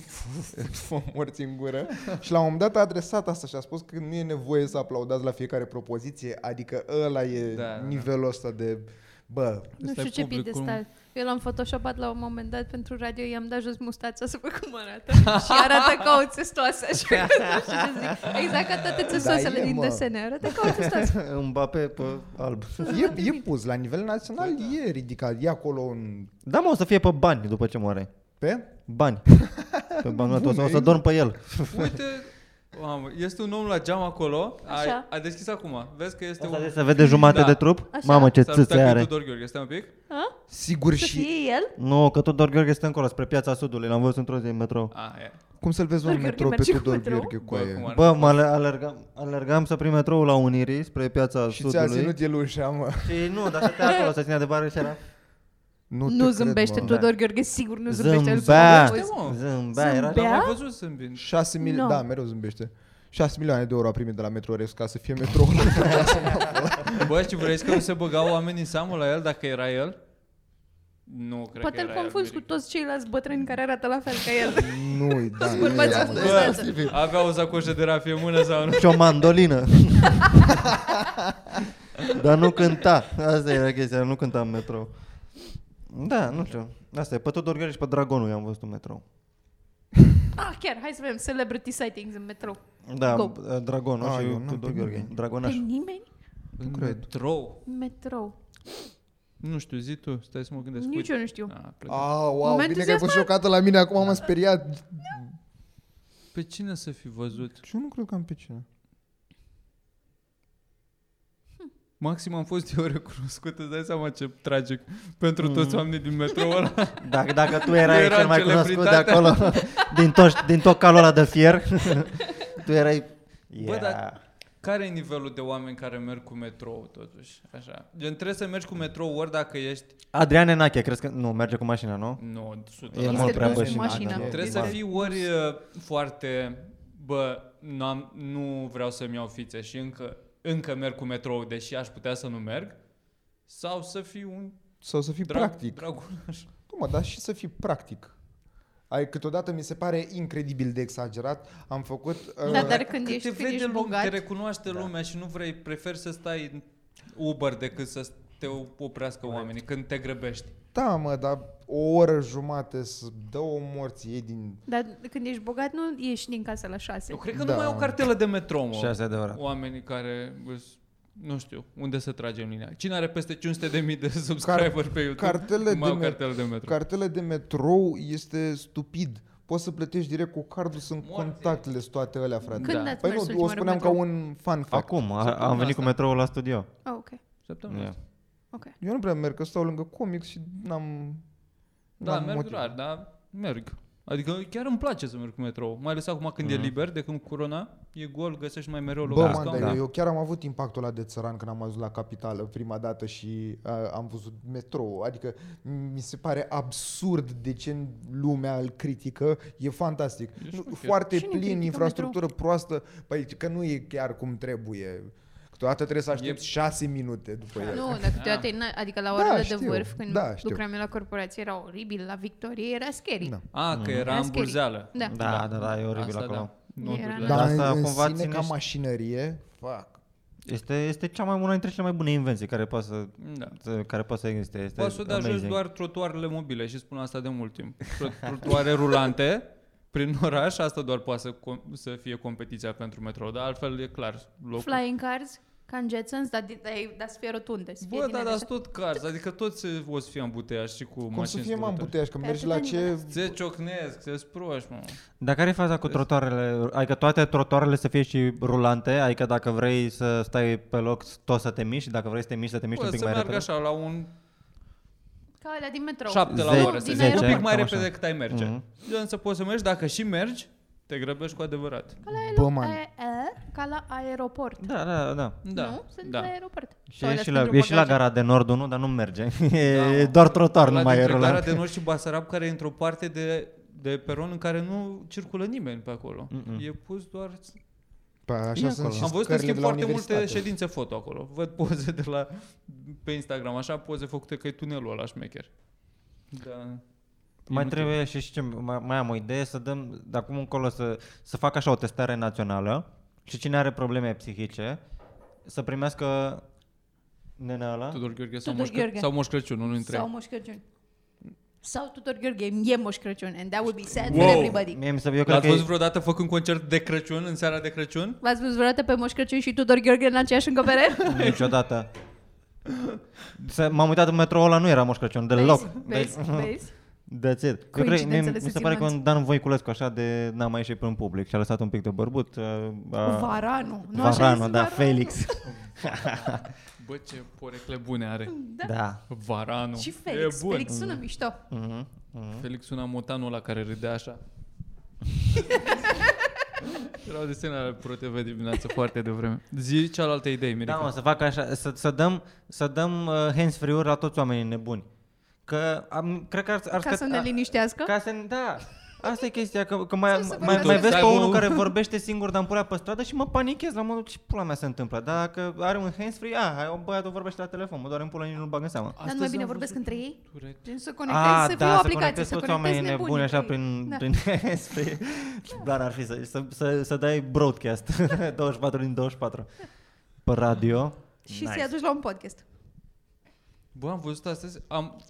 *laughs* morți în gură. Și la un moment dat a adresat asta și a spus că nu e nevoie să aplaudați la fiecare propoziție, adică ăla e
Da, da, da.
nivelul ăsta de bă,
Nu
Ăsta e
știu ce
publicul.
piedestal. Eu l-am photoshopat la un moment dat pentru radio, i-am dat jos mustața să văd cum arată. și arată ca o țestoasă. Și nu știu ce să zic. Exact ca toate țestoasele
e,
din
mă.
desene. Arată ca o
*laughs*
țestoasă.
Mbappé pe alb.
E, e pus la nivel național, e ridicat, e acolo un...
Da, mă, o să fie pe bani după ce moare.
Pe?
Bani. Pe bani, o să, o să
Bun,
dorm pe el.
Uite, mamă, este un om la geam acolo. A,
Așa.
a deschis acum. Vezi că este
Asta de
un...
se vede jumate
Da.
de trup?
Așa.
Mamă, ce
S-ar putea
țâțe
că e
are.
Tudor Gheorghe, stai un pic.
A?
Sigur
Să
și...
fie el?
Nu, că Tudor Gheorghe stă încolo, spre piața Sudului. L-am văzut într-o zi în metrou.
A, e.
Cum să-l vezi la un
Tudor Gheorghe
metro pe
merge cu
Tudor
metrou?
Gheorghe cu
Bă, cum
aia?
ar-
Bă, mă ale- alergam, alergam să prim metrou la Unirii spre piața
Și ți-a
Sudului.
ținut el ușa, mă.
Și nu, dar stătea acolo, să ținea de bară și era...
te
Nu
cred,
zâmbește
mă.
Tudor Gheorghe, sigur nu zâmbește. îl
Zâmbea!
cunoaște.
Oh. Zâmbea, era...
Dar
Bea?
am mai văzut zâmbind.
6 mil...
No.
Da, mereu zâmbește. 6 milioane de euro a primit de la Metrorex ca să fie metroul *laughs* ăla.
Bă, și vrei că nu se băgau oamenii în seamă la el dacă era el? Nu, cred
Poate
că
îl
era el,
confunzi cu
Mirica.
toți ceilalți bătrâni care arată la fel ca el.
*laughs* Nu, da.
Toți
nu
bărbații
era,
cu
mă.
mustață.
Avea o sacoșă de rafie în mână sau nu?
Și o *laughs* mandolină. Dar nu cânta. Asta era chestia, nu cânta în metrou. Da, nu știu. Asta e, pe Tudor Gheorghe și pe Dragonul i-am văzut în metrou.
Ah, chiar, hai să vedem celebrity sightings în metrou.
Da,
Go.
b- Dragonul
Ah, eu
și
n-am
Tudor
pe
Gheorghe.
nimeni.
Pe
Dragonaș.
nimeni?
Nu cred. Metrou.
Metrou.
Nu știu, zi tu, stai să mă gândesc.
Nici
Uite.
eu nu știu.
A, plec.
A, wow, bine că
M-a
ai fost
entuziasmat.
șocată la mine, acum m-am speriat.
Pe cine să fi văzut?
Și eu nu cred că am pe cine.
Maxim am fost eu recunoscut, îți dai seama ce tragic pentru toți oamenii din metrou ăla. *laughs*
Dacă, Da, dacă tu erai
Era
cel mai cunoscut de
celebritatea.
acolo, *laughs* din, to- din tot calul ăla de fier, *laughs* tu erai... Yeah.
Bă, dar care e nivelul de oameni care merg cu metrou totuși? Așa. Gen, trebuie să mergi cu metrou ori dacă ești...
Adrian Enache, crezi că... Nu, merge cu mașina, nu?
Nu, 100%.
E mult
Este
prea
dus cu
pășit.
mașina.
Da, da.
Trebuie
Este-
să fii ori uh, foarte... Bă, nu, am, nu vreau să-mi iau fițe și încă, încă merg cu metrou, deși aș putea să nu merg. Sau să fii un
Sau să fii
drag,
practic.
Dragulaș.
Nu mă, dar și să fii practic. Ai, câteodată mi se pare incredibil de exagerat. Am făcut... Uh,
Da, dar când ești,
te
când
vede
ești
lumea, te
bogat,
recunoaște lumea și nu vrei, preferi să stai în Uber decât să te oprească oamenii când te grăbești.
Da, mă, dar o oră jumate să dă o morție ei din...
Dar când ești bogat, nu ieși din casă la șase.
Eu cred
Da.
că da. nu mai e o cartelă de metro, mă.
Și asta e adevărat.
Oamenii care... îs- Nu știu, unde să tragem linia. Cine are peste 500 de mii de subscriber pe YouTube,
cartele
mai
de
au
me-
cartelă de metro.
Cartele de metrou este stupid. Poți să plătești direct cu cardul, sunt
Morții.
contactele sunt toate alea, frate.
Când
Da.
ați
Păi nu,
mers ultima
o
oară
spuneam
cu
ca
metrou?
un fun fact.
Acum, a,
Săptămâna
am venit cu
asta. Da.
metroul la studio.
Ah, ok.
Păi
Săptămâna
Ia.
asta.
Ok.
Eu nu prea merg, că stau lângă comics și n-am...
Da,
n-am
merg
motiv.
rar, dar merg. Adică chiar îmi place să merg cu metrou, mai ales acum când mm. e liber, de când corona e gol, găsești mai mereu loc
Mhm. Bă,
de
man,
scaun.
dar
Da.
eu chiar am avut impactul ăla de țăran când am ajuns la capitală prima dată și uh, am văzut metrou. Adică mi se pare absurd de ce lumea îl critică. E fantastic.
E
Nu,
șmecher.
foarte
Cine
plin,
critică
infrastructură proastă. Păi că nu e chiar cum trebuie. Câteodată trebuie să aștepți șase minute după el.
Da, Nu, dar
Da.
câteodată, e na- adică la orele de
da. știu.
vârf, când
Da, știu.
lucram eu la corporație, era oribil, la Victorie era scary.
Da.
A, Ah, că era
Era
în
scary.
burzeală.
Da.
Da, da, da, e oribil
Asta,
acolo.
da. Noturile.
Era-
Dar
Asta
în
cumva
sine
ține
ca
și-
mașinărie, fac.
Este, este cea mai bună dintre cele mai bune invenții care poate să,
Da.
să- care poate să existe. Este
Poți să dea jos
amazing.
doar trotuarele mobile și spun asta de mult timp. Tro- *laughs* Trotuare rulante prin oraș, asta doar poate să, com- să fie competiția pentru metro, dar altfel e clar locul.
Flying cars, ca în Jetsons, dar, di- dar, e- dar să fie rotunde. Să fie
Bă,
din
da,
alea
dar
așa.
sunt tot cars, adică toți se- o să fie ambuteiași și cu
Cum să
mașini
fie, mă,
scurutoare.
puteași, că
Pe
mergi la
atâta
ce...
Se ciocnesc, se sproși, mă.
Dar care e faza cu trotoarele? Adică toate trotoarele să fie și rulante, adică dacă vrei să stai pe loc, tot să te miști, dacă vrei să te miști, să te miști
Bă,
un pic
să
mai
meargă
repede.
așa la un
Ca alea din metrou.
7 la
Zece.
oră, să
din
zic, un
aeroport.
pic mai
Cam
repede
așa.
decât ai merge.
Mhm.
Mm-hmm. Însă poți să mergi, dacă și mergi, te grăbești cu adevărat.
Bă, man.
Aia- aia- Ca la aeroport.
Da, da, da.
Da,
Nu? Sunt
da.
la aeroport.
Și
Sau
e
alea
și, la,
pentru
e și la
bagaje.
gara de nord unul, dar nu merge. *laughs* E,
Da,
e
mă.
doar trotuar, nu
Ăla
mai e
dintre Gara
rulant.
de Nord și Basarab care e într-o parte de, de peron în care nu circulă nimeni pe acolo.
Mm-mm.
E pus doar...
Păi așa
E
sunt
acolo.
și
Am văzut
scările
în schimb
de la
foarte multe
universitate.
ședințe foto acolo. Văd poze de la pe Instagram, așa, poze făcute că e tunelul ăla șmecher. Da.
Mai
Inutil.
trebuie și, și ce, mai, mai am o idee, să dăm de acum încolo să, să fac așa o testare națională și cine are probleme psihice să primească nenea
Da?
ăla.
Tudor Gheorghe sau,
Tudor
Moș, Cră-
Gheorghe.
sau Moș Crăciun, unul dintre
Sau
ei.
Moș Crăciun. Sau Tudor Gheorghe, e Moș Crăciun. And that would be sad
Wow.
for everybody.
Mie mi se, eu cred că
L-ați
e-
văzut vreodată făcând concert de Crăciun, în seara de Crăciun?
V-ați văzut vreodată pe Moș Crăciun și Tudor Gheorghe în
*laughs*
aceeași încăpere?
Niciodată. Se, m-am uitat în metrou ăla, nu era Moș Crăciun, deloc.
Vezi, vezi, vezi?
That's it. Eu cred, mie,
Coincidențele
mi
se
se
țin
pare că
lanț.
un Dan Voiculescu așa de n-a mai ieșit prin public și a lăsat un pic de bărbut. Uh, uh,
Varanu. Nu așa
Varano,
zis
da,
Varanu? *laughs*
Felix.
Bă, ce porecle bune are.
Da. da.
Varanu.
Și Felix.
E bun.
Felix sună mișto.
Mhm.
Felix suna motanul ăla care râdea așa. Erau desene la ProTV dimineață foarte devreme. Zi cealaltă idee,
Da,
Mirica.
mă, să fac așa, să, să dăm, să dăm uh, hands free-uri la toți oamenii nebuni. Că am, cred că ar, ar
Ca să ne
a-
liniștească.
Ca să da. Asta e chestia, că, că mai,
Să se
mai, mai
vorbească.
vezi pe
Să aibă
unul
un-
care vorbește singur, dar îmi pulea pe stradă și mă panichez la modul ce pula mea se întâmplă. Dar Dacă are un handsfree, a, hai, băiatul vorbește la telefon, mă doare în pula, nici nu-l bag în seama.
Dar nu mai bine vorbesc între ei?
Ture.
Gen să conectezi,
da,
să fie o aplicație, să
toți oamenii
conectezi nebuni.
nebuni așa prin,
Da.
prin *laughs* handsfree. Ce plan ar fi să, să, să, să dai broadcast *laughs* 24 din 24 pe radio.
Și să-i aduci la un podcast.
Bă, am văzut astăzi, am,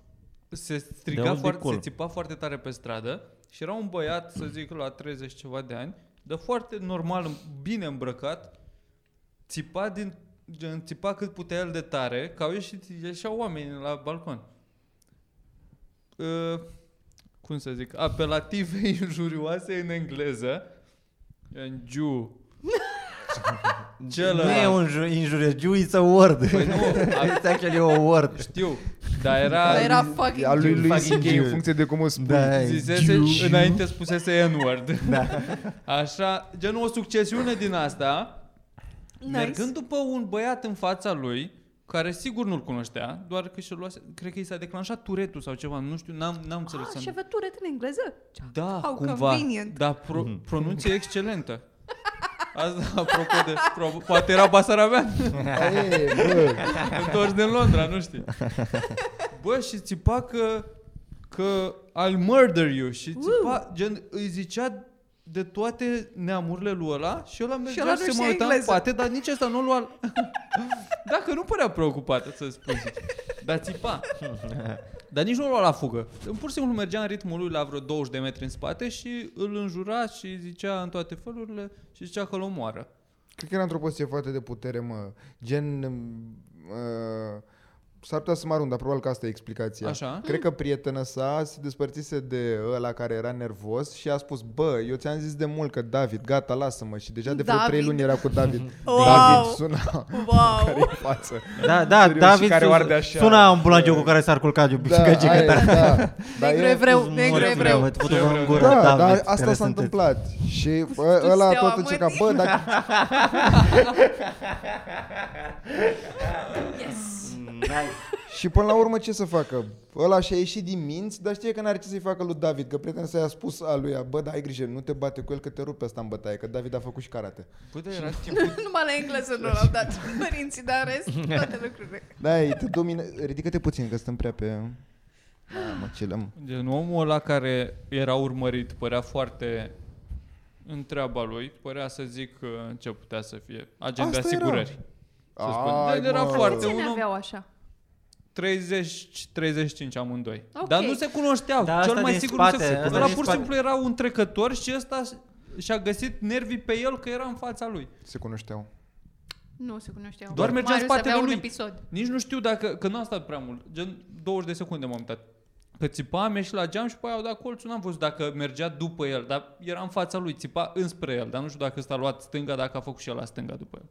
se
De
striga
unde
foarte,
colo?
se țipa foarte tare pe stradă și era un băiat, să zic, la 30 ceva de ani, dar foarte normal, bine îmbrăcat, țipa din gen, țipa cât putea el de tare, că au ieșit, ieșeau oameni la balcon. Uh, cum să zic, apelative *laughs* injurioase în engleză, în Jew.
*laughs* Nu
Celălalt.
e un ju- injurie, Jew it's a word.
Păi nu, a-
It's actually a word.
știu, dar era...
Dar era
Da, E al
fucking...
lui lui
Fucking
Serghei,
Jew.
în funcție de cum o spui.
Da, e
Zisese,
*laughs*
înainte spusese N-word. Da. *laughs* Așa, genul o succesiune din asta, nice. mergând după un băiat în fața lui, care sigur nu-l cunoștea, doar că și-l luase, cred că i s-a declanșat turetul sau ceva, nu știu, n-am, n-am înțeles.
Ah,
să-
și avea turet în engleză?
da,
How
cumva,
convenient.
dar pro- pronunție excelentă. Asta, apropo de... Pro- poate era Basarabean.
E, bă,
Întors din Londra,
*laughs*
nu știu. Bă, și țipa că, că I'll murder you și țipa, gen, îi zicea de toate neamurile lui ăla și ăla mergea
ăla nu
și se
știa
mai uita în
engleză. *laughs*
spate, dar nici ăsta nu lua... Dacă nu părea preocupată, să spun zic. Dar
*laughs*
țipa. Dar nici nu o lua la fugă. Pur și simplu mergea în ritmul lui la vreo 20 de metri în spate și îl înjura și zicea în toate felurile și zicea că îl omoară.
Cred că era într-o poziție foarte de putere, mă. Gen... Uh, s-ar putea să mă arunc, dar probabil că asta e explicația.
Așa.
Cred că prietena sa se despărțise de ăla care era nervos și a spus, bă, eu ți-am zis de mult că David, gata, lasă-mă. Și deja de vreo
David.
trei luni era cu David.
Wow.
David suna
Da.
care
Wow!
în
*laughs*
față.
Da, da,
Serios, și
David
care o arde
care
așa.
suna ambulantul cu care s-ar culca de
Da, aia, e,
da,
da. Dar
Negru
e-
evreu, negru evreu.
Vă putem în gură,
Da,
David,
dar
care
asta s-a
sunteți.
întâmplat. Și bă,
Tu
ăla
steaua
tot ce ca,
mâinii.
bă, dacă...
*laughs*
*laughs*
Și până la urmă ce să facă? Ăla și-a ieșit din minți, dar știe că n-are ce să-i facă lui David, că prietena sa i-a spus a lui, bă, dar ai grijă, nu te bate cu el că te rupe asta în bătaie, că David a făcut și karate.
Bă, dar era tipul...
Numai la engleză nu l-au
*laughs*
dat părinții, dar în rest, toate lucrurile.
Da, ei, te domine, ridică-te puțin, că stăm prea pe... Da, mă, chillăm.
Gen, omul ăla care era urmărit părea foarte în treaba lui, părea să zic uh, ce putea să fie. Agent de
Asta era.
asigurări. Să spun. Da,
Ai,
El era
mă.
foarte
Ce ne
unul
aveau așa?
30, 35 amândoi.
Ok.
Dar nu se cunoșteau.
Da,
Cel
asta
mai
din
sigur nu
spate,
se
asta
Ăla
din
pur și
spate.
simplu era un trecător și ăsta s- și-a găsit nervii pe el că era în fața lui.
Se cunoșteau.
Nu se cunoșteau.
Doar mergea în
Marius
spatele
avea
lui.
un episod.
Nici nu știu dacă, că n-am stat prea mult, gen 20 de secunde m-am uitat. Că țipa, am ieșit la geam și pe aia au dat colțul, n-am văzut dacă mergea după el, dar era în fața lui, țipa înspre el, dar nu știu dacă s-a luat stânga, dacă a făcut și el la stânga după el.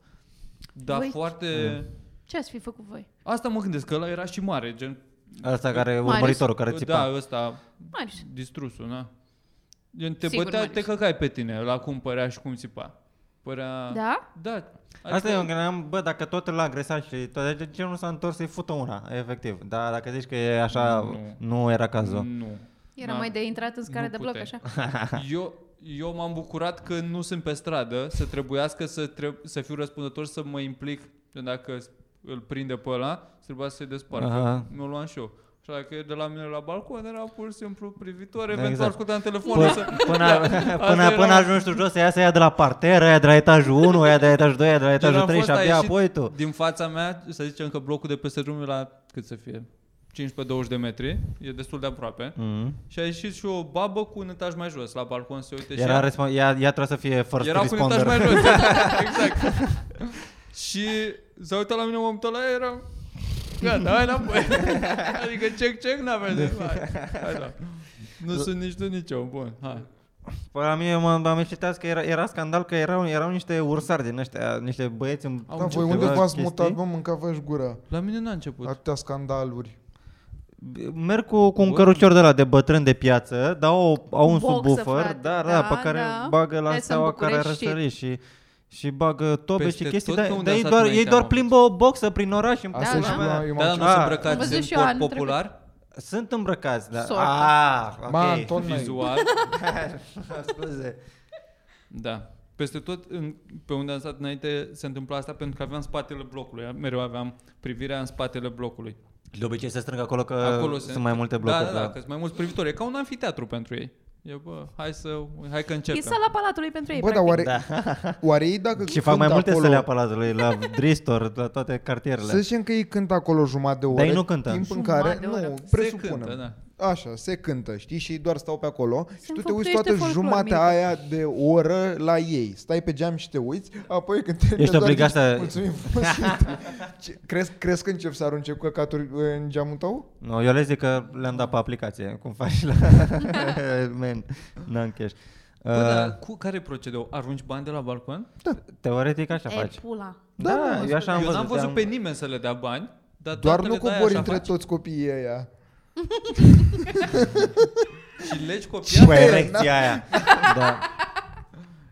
Dar
Voi-
foarte...
Da.
Ce ați fi făcut voi?
Asta mă gândesc, că ăla era și mare, gen...
Asta care e urmăritorul, care
Da,
țipa.
ăsta,
Marius.
distrusul, da. Gen, te
Sigur,
bătea,
Marius.
te căcai pe tine, la cum părea și cum țipa. Părea...
Da?
Da.
Asta eu îmi gândeam, bă, dacă tot l-a agresat și tot, de ce nu s-a întors să-i fută una, efectiv. Dar dacă zici că e așa,
Nu.
nu era cazul.
Nu.
Era
N-am-
mai de intrat în scară
nu
de bloc,
puteai.
așa.
Eu, eu m-am bucurat că nu sunt pe stradă, să trebuiască să, treb- să fiu răspunzător, să mă implic. Gen, Dacă îl prinde pe ăla, trebuia să-i despart.
Aha.
Nu luam și eu. Și dacă e de la mine la balcon, era pur și simplu privitor,
Exact.
eventual exact. scuteam telefonul
Până,
să... *laughs*
până, până,
era-
până ajungi tu jos să ia să ia de la parter, aia de la etajul 1, aia de la etajul 2, aia de la
Gen,
etajul
am
3 și
fost, a
abia
ieșit
apoi tu.
Din fața mea, să zicem că blocul de peste drum e la, cât să fie, 15-20 de metri, e destul de aproape.
Mm.
Și a ieșit și o babă cu un etaj mai jos, la balcon să se uite și
Era respo- ea, ea trebuie să fie first
Erau Deci cu un etaj
responder.
mai jos. exact. și s-a uitat la mine, m-am uitat la ea, eram... Gata, hai înapoi. *laughs* adică check, check, n-avem de hai, hai, da. Nu sunt nici tu, nici eu. Bun, hai.
Păi la mine m-am am ecitat că era, era scandal că erau, erau niște ursari din ăștia, niște băieți în
Au
Da, voi
început.
unde
ceva
v-ați
chestii?
mutat, bă, mâncați gura?
La mine n-a început.
Atâtea scandaluri.
Merg cu, cu un
Bă.
cărucior de la de bătrân de piață, dau o, au un
Boxă,
subwoofer,
frate,
da, da,
da,
pe care
da.
bagă la
Hai să-mi
steaua care a
București și-
răsărit și, și bagă tobe
Peste
și chestii,
tot
dar,
pe unde
dar
a
ei
stat
doar,
înainte
ei doar
am
plimbă o boxă prin oraș în
Asta
Da,
da,
și
da.
eu, eu
Da, dar
m-am
nu sunt
Ah.
Am
îmbrăcați
văzut
în
și eu
port
anul
popular,
Sunt îmbrăcați, da.
Sortă.
Ah, ok.
Ma, Anton, n-ai.
vizual.
*laughs* scuze.
Da. Peste tot, în, pe unde am stat înainte, se întâmpla asta pentru că aveam spatele blocului. Mereu aveam privirea în spatele blocului.
De obicei se strâng acolo că
Acolo
acolo sunt mai multe blocuri.
Da, da, da, că sunt mai mulți privitori. E ca un anfiteatru pentru ei. E, bă, hai să, hai că
E
începem.
sala palatului pentru
Păi,
ei,
Bă, dar
practic.
oare, *laughs* oare ei dacă
Și fac mai
cânt
multe
acolo-
săle a palatului, la Dristor, la toate cartierele.
Să zicem că ei cântă acolo jumătate de oră.
Dar ei nu cântă.
Timp în
Jumătate
care,
de
nu,
oră. Se
Se
presupunem.
cântă,
Uh,
da.
Așa, se cântă, știi? Și ei doar stau pe acolo și tu te uiți
înfăptuiește
toată
folclor,
jumatea
Mircea.
aia de oră la ei. Stai pe geam și te uiți, apoi când te
Ești obligat să-
Mulțumim frumos.
*laughs*
Ce- crezi, crezi că încep să arunce cu căcaturi uh, în geamul tău?
Nu, eu le zic că le-am dat pe aplicație, cum faci la... Man, n-am cash.
Bă,
Uh,
dar cu care procedeu? Arunci bani de la balcon?
Teoretic așa
E,
faci.
pula.
Da, da, eu așa am
eu
văzut.
n-am văzut
am-
pe nimeni să le dea bani, dar
Doar
toate
nu
le dai
cobori
așa,
între
faci.
toți copiii ăia.
Și legi cu o
Cu
piatră,
erecția aia. Da.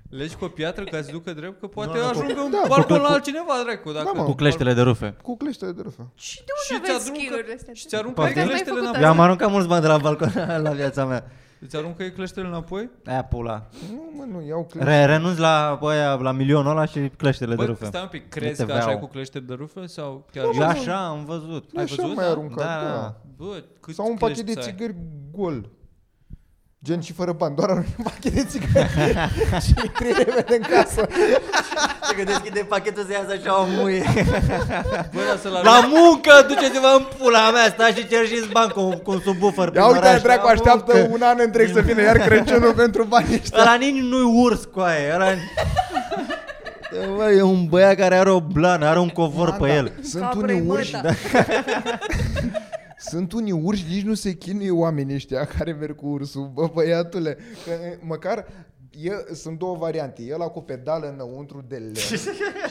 legi cu o piatră ca să ducă drept, că poate
Nu, nu,
ajungă un
da,
balcon la altcineva, dracu. Dacă
mă.
Cu cleștele de rufe.
Cu clește de râfă.
Și de
Și
unde
ți-a
aveți
drumul că-
skill-urile astea?
Și ți aruncă
Poate.
cleștele
Mai făcut
Eu
înapoi.
am aruncat mulți bani de la balcon *laughs* la viața mea.
Îți aruncă cleștele înapoi?
Aia pula.
Nu, mă, nu, iau clește.
Re- renunț la, băia, la milionul ăla și cleștele de
Bă,
rufe.
stai un pic,
De
crezi că
TVA-ul.
așa e cu cleștele de rufe sau chiar
Eu așa am văzut.
Ai
Așa
văzut,
mai
da?
aruncat,
Da,
da.
da.
Bă, cât
Sau un pachet de
clești ai?
țigări gol.
Gen și fără bani, doar arunci un pachet de
*laughs*
țigări și trei repede în casă.
Știi că deschide pachetul să iasă așa o muie.
Bă, dar să-l arunc.
La muncă, duceți-vă în pula mea, stați și cer și bani cu, cu un subwoofer prin
Ia uite,
oraș. da,
aia dracu așteaptă un an întreg să vină iar
*laughs*
Crăciunul pentru bani ăștia.
Ăla nici nu-i urs cu aia, ăla... Bă, e un băiat care are o blană, are un covor pe el.
Sunt
Capră-i
unii urși,
măta.
*laughs*
da. Sunt unii urși, nici nu se chinuie oamenii ăștia care merg cu ursul, bă, băiatule. Că, e, măcar E, sunt două variante. E ăla cu pedală înăuntru de lemn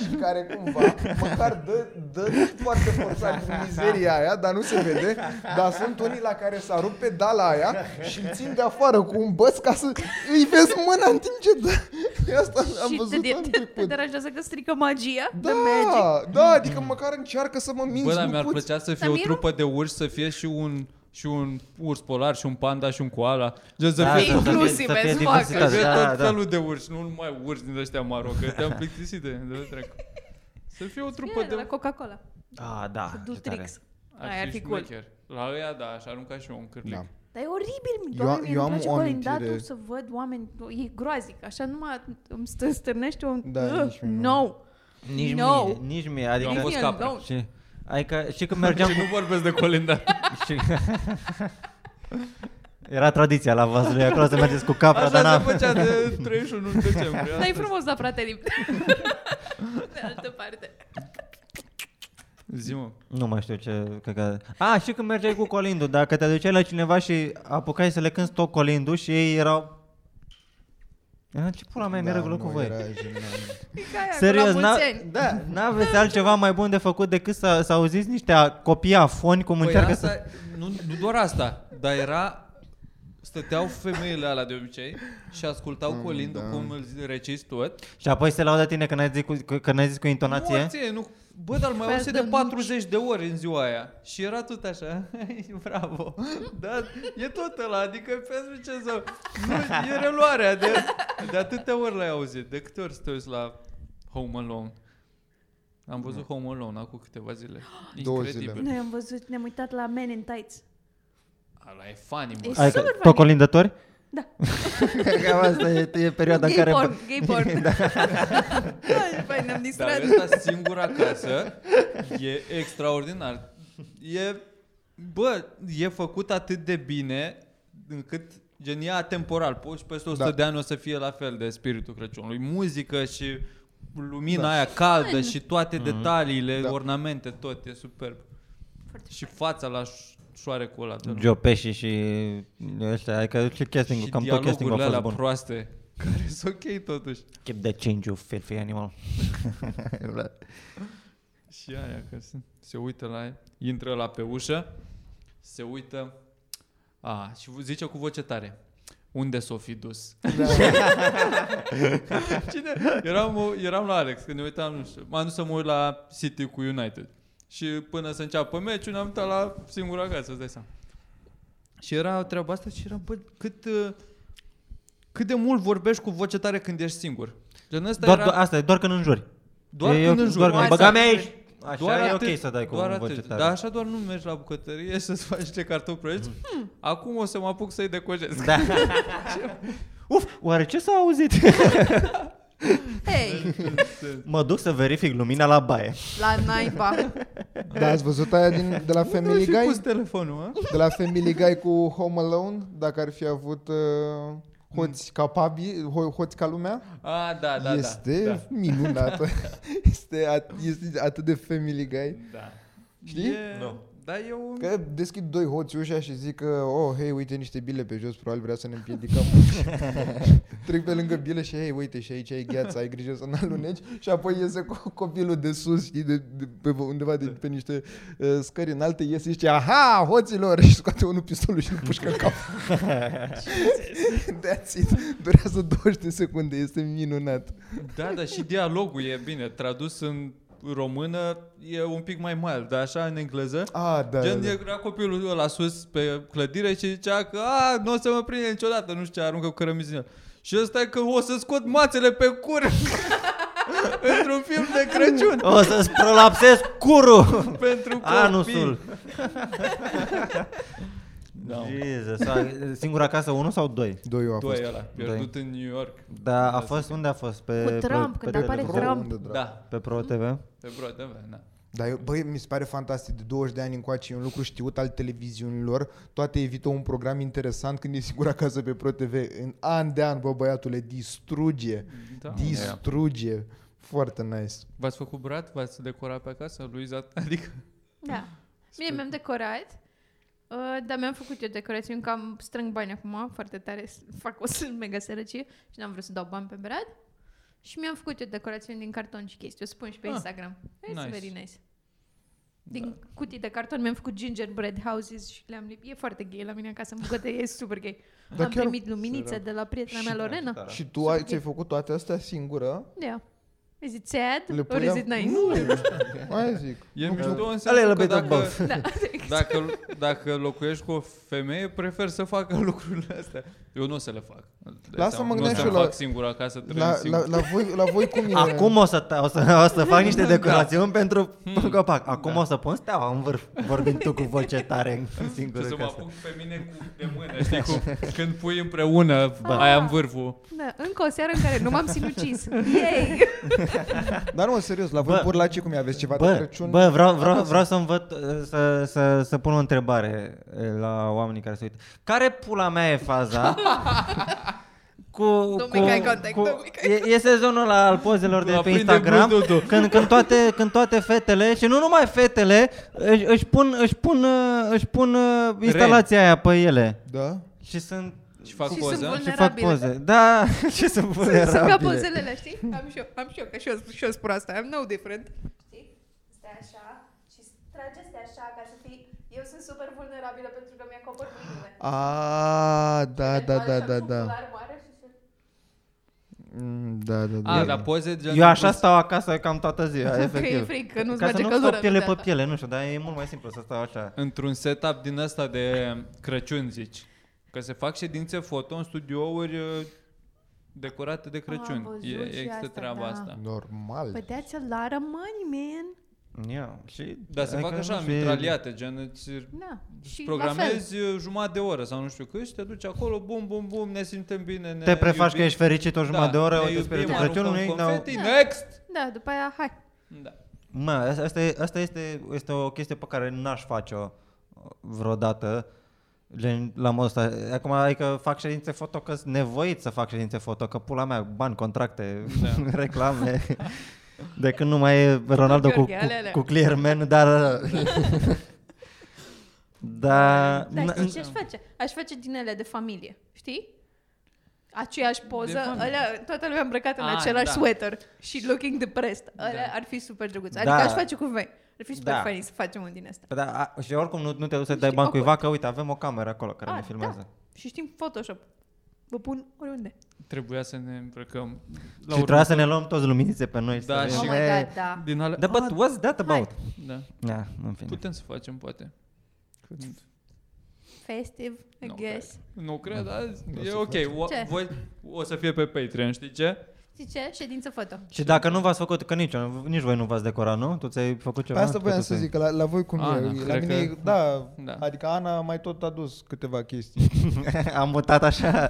și care cumva măcar dă, dă foarte forțat din mizeria aia, dar nu se vede. Dar sunt unii la care s-a rupt pedala aia și îl țin de afară cu un băț ca să îi vezi mâna în timp ce dă. E Asta am
și
văzut
te, de,
anul
te, te
trecut.
deranjează că strică magia
Da,
The magic
da, adică măcar încearcă să mă minți.
Bă, dar
nu
mi-ar
pot.
plăcea să fie
Să
o
miru?
trupă de urși, să fie și un și un urs polar, și un panda, și un koala. Gen să
Da,
fie
să-
tot-
să fie-
Inclusive,
să fie
îți
diversitate,
să fie
da, da,
tot
da.
felul de urși, nu numai urși din ăștia maro, că te-am plictisit de, de dracu. Să fie o trupă
Ia, de
de
la Coca-Cola
Ah, da,
Du
ce tare.
tricks Aia ar fi cool
șmecher. La ăia, da, aș arunca și eu un cârlic.
Da.
Da.
Dar e oribil,
Eu am-
doamne, eu,
eu
eu
am
îmi place
o
colindatul
amintire-
să văd oameni, e groazic, așa numai îmi stă, stârnește un...
Da,
Ugh,
nici mie nu.
no.
Nici
No.
mie, nici mie,
Eu
adică...
am fost
Leave me
capră.
alone.
Și, adică, și când mergeam
Și nu
cu...
vorbesc de colindar.
*laughs* Și... Era tradiția la vasul acolo să mergeți cu capra, dar
Așa
n-am...
se făcea de 31 decembrie.
Dar e frumos la fratele. *laughs* De altă parte.
Zi, mă.
Nu mai știu ce căcat. A, și când mergeai cu colindul, dacă te duceai la cineva și apucai să le cânti tot colindul și ei erau... Era ce pula mea, da, neregulă
nu,
cu voi.
era jenant.
E ca aia,
Serios,
cu la
n-a,
mulți ani.
da, n-aveți altceva mai bun de făcut decât să, să auziți niște a- copii afoni cum
Păi
încearcă
asta,
să...
nu, nu doar asta, dar era... Stăteau femeile alea de obicei și ascultau mm, colindul da. cum îl recizi tot.
Și apoi se laudă tine că n-ai zis cu, că, că n-ai zis cu intonație.
Nu, ție, nu, bă, dar îl mai
Fel
auzit
de
de
nuci.
40 de ori în ziua aia. Și era tot așa, *laughs* bravo. Dar e tot ăla, adică pentru ce să... Nu, e reluarea de, de atâtea ori l-ai auzit. De câte ori să te uiți la Home Alone? Am văzut Home Alone acum câteva zile.
Două
Incredibil.
zile.
Noi am văzut, ne-am uitat la Men in Tights.
Ala e funny,
E
mă.
Adică,
super
tot
funny.
colindători?
Da.
*laughs* Cam asta e, e perioada
Gay
în care... Da.
porn,
*laughs*
gay porn.
Ai, băi, ne-am
Dar
distrat.
ăsta *laughs* singur acasă e extraordinar. E, bă, e făcut atât de bine încât gen e atemporal. Poți și peste 100 da.
Da.
de ani o să fie la fel de spiritul Crăciunului. Muzică și lumina da. aia caldă și toate
Mhm.
detaliile, da. ornamente, tot. E superb.
Foarte
și fața la șoarecul ăla. de-
Joe Pesci și ăștia, adică și casting
și
cam tot casting-ul a
dialogurile
fost
alea
bun.
proaste, care sunt ok totuși.
Keep the change, you filthy
*laughs*
animal.
Și aia că se, se uită la intră la pe ușă, se uită a, și v- zice cu voce tare. Unde s-o fi dus? *laughs* Cine? Eram, eram la Alex, când ne uitam, nu știu, m-am dus să mă uit la City cu United. Și până să înceapă meciul ne-am uitat la singura casă, îți dai seama. Și era treaba asta și era, bă, cât, uh, cât de mult vorbești cu voce tare când ești singur. Gen, ăsta
Doar,
era...
doar, asta e, doar când înjuri.
Doar
E
când
ok-
înjuri.
Doar când
Hai
băga
să-
mea aici. Așa
doar
e
atât,
ok să dai cu
doar
doar
atât. da.
voce tare.
Dar așa doar nu mergi la bucătărie *laughs* să-ți faci niște cartofi prăjiți. Hmm, acum o să mă apuc să-i decojesc.
Mm.
*laughs*
Da. Uf, oare ce s-a auzit? *laughs*
Hei,
mă duc să verific lumina la baie.
la naiba.
*laughs* Da, ați văzut aia din, de la Family
Nu fi
Guy?
pus telefonul, mă?
De la Family Guy cu Home Alone? Dacă ar fi avut uh, hoți capabili, ho- hoți ca lumea?
A, Mm. da, da,
este
da. Da. *laughs*
minunată. este, at- este atât de Family Guy.
da.
Știi?
E,
Nu.
Da, e un...
Că deschid doi hoți ușa și zic că, oh, hei, uite niște bile pe jos, probabil vrea să ne împiedicăm. Trec pe lângă bile și, hei, uite, și aici ai gheață, ai grijă să nu aluneci. Și apoi iese cu copilul de sus, știi, de, de, pe undeva de, pe niște uh, scări înalte, iese și zice, aha, hoților! Și scoate unul pistolul și îl pușcă în cap. *laughs* That's it. Durează 20 de secunde, este minunat.
Da, da, și dialogul e bine. Tradus în română e un pic mai mild, dar așa în engleză.
Ah, da,
Gen,
da, da.
era copilul ăla sus pe clădire și zicea că a, nu o să mă prinde niciodată, nu știu ce, aruncă cu cărămizi în el. Și ăsta e că o să scot mațele pe cur *laughs* într-un film de Crăciun
O să-ți
*laughs*
prolapsez curul!
pentru copii.
Anusul!
Da.
Jesus. A- Singura casă 1 sau 2?
Doi eu a fost.
Doi ăla, pierdut în New York.
Da, a fost, unde a fost? Pe,
Cu Trump,
pe,
când
pe,
apare
pe,
Bro,
Trump.
unde dracu?
Da,
pe Pro TV?
pe broadă, da, da.
Dar eu, băi, mi se pare fantastic. De 20 de ani încoace e un lucru știut al televiziunilor. Toate evită un program interesant când e singura casă pe Pro TV. În an de an, bă, băiatule, distruge.
da.
Distruge. Foarte nice.
V-ați făcut brat? V-ați decorat pe acasă? Luiza? Adică...
Da. Bine, mi-am decorat. Uh, dar mi-am făcut eu decorațiuni, că am strâng bani acum, foarte tare, s- fac o *laughs* sunt mega sărăcie și n-am vrut să dau bani pe Brad. Și mi-am făcut eu decorațiuni din carton și chestii, o spun și pe
Ah,
Instagram. It's
nice.
very nice. Din da. cutii de carton mi-am făcut gingerbread houses și le-am lipit. E foarte gay la mine acasă, în bucătărie e super gay.
Dar
am
chiar-
primit luminițe de la prietena mea,
Da.
Lorena.
Și da. tu ai, ți-ai făcut toate astea singură?
Da. Is it sad?
Le
Or is
puneam-
it nice?
Nu, e mișto. Aia zic.
E
Nu,
mișto în
Ăla e
sensul
la
că
Bed and
dacă,
Bath.
Da.
dacă, dacă locuiești cu o femeie, prefer să facă lucrurile astea. Eu nu o să le fac. Îți dai
Lasă,
seama,
mă
nu o
gândeam
să
și eu la-
fac singur acasă, trăiesc
La,
singur.
la, la, voi, la voi cum e?
Acum o să, ta- o să, o să fac
Da.
niște decorațiuni pentru
Hmm.
copac. Acum o să pun steaua în vârf, vorbind tu cu voce tare în
Și Da. să
singură
mă
casă.
apuc pe mine cu de
*laughs*
mână, știi cum? Când pui împreună aia în vârful.
da. Încă o seară în care nu m-am sinucis. Yay!
Dar nu, serios, la voi
Bă.
burlace cum e? Aveți ceva de
Bă,
Crăciun?
bă vreau, vreau, vreau să-mi văd, să, să, să pun o întrebare eh, la oamenii care se uită. Care pula mea e
*laughs*
faza? Cu, cu,
mica în contact, nu mica
e, e sezonul ăla al pozelor de
La
pe
prinde
Instagram
Bluetooth-ul.
când, când, toate, când toate fetele și nu numai fetele își, își pun, își pun, uh, își pun uh, instalația aia pe ele
Da?
și sunt
Și fac
Și
poză.
sunt
și fac
vulnerabile.
poze. Da, *laughs* și sunt
Da,
Sunt ca
vulnerabile.
pozelele, știi? Am și eu, am și eu, că și eu, și eu spun asta. I'm no different.
știi? Stai așa și trageți așa ca să fii... Eu sunt super vulnerabilă pentru că mi acopăr mâinile.
A, da, da, da, da, da. Mm, Da, da, da.
A, dar poze gen...
Eu așa stau acasă cam toată ziua,
Că e
efectiv.
fric, că nu-ți
Ca să
merge
nu
căldura.
stau piele
în
pe
viața.
piele, nu știu, dar e mult mai simplu să stau așa.
Într-un setup din ăsta de Crăciun, zici. Că se fac ședințe foto în studiouri uh, decorate de
Am
Crăciun.
văzut
E,
și
există
asta,
treaba
da.
asta.
Păi
But
Normal.
that's a lot of money, man.
Eu, și...
Dar se
adică
fac așa,
nu știu,
mitraliate, gen îți
Da. Și
programezi uh, jumătate de oră sau nu știu cât și te duci acolo, bum, bum, bum, ne simtem bine, ne
Te prefaci
iubim.
că ești fericit o jumătate de oră,
Da, ne
uite spiritul
iubim,
Crăciunului,
aruncăm
dar...
confeti, next!
La fel. Da, după aia, hai.
Da.
Mă, asta- asta, e, asta este, este o chestie pe care n-aș face-o uh, vreodată. Gen, la modul ăsta. Acum, adică fac ședințe foto că sunt nevoit să fac ședințe foto, că pula mea, bani, contracte, da. *laughs* reclame. De când nu mai e Ronaldo cu, cu,
Gheorghe, alea, alea.
cu Clearman, dar... *laughs* Da,
Da,
n-
știi ce aș face? Aș face din ele de familie, știi? Aceeași poză,
familie.
alea, toată lumea îmbrăcată în
Ah,
același
da.
sweater și Da. looking depressed. Alea ar fi super drăguț. Adică
Da.
aș face cu voi. Ar fi super
Da.
funny să facem un din asta.
Păi da, a, și oricum nu, nu te duci să dai
Știi,
bani cuiva,
awkward.
că uite, avem o cameră acolo care
Ah,
ne filmează.
Și știm Photoshop. Vă pun oriunde.
Trebuia să ne îmbrăcăm.
și trebuia să ne luăm toți luminițe pe noi.
Da,
să
și-
Oh
ne-
my god, da.
Din alea...
Da, but what's that about?
Da.
Da, în fine.
Putem să facem, poate.
Festive, I
Nu
guess.
Da.
Nu cred, dar e
să
ok. O,
Ce?
voi, o să fie pe Patreon, știi ce?
Știi ce? Ședință foto.
Și dacă nu v-ați făcut, că nici, nici voi nu v-ați decorat, nu? Tu ți-ai făcut
Pe
ceva?
Păi asta
Tu
voiam
tu
să
ți-ai-
zic, că la, la voi cum
Ana,
e? La
cred
mine, e,
că-
da,
Da.
adică Ana a mai tot adus câteva chestii.
*laughs* Am mutat
*laughs*
așa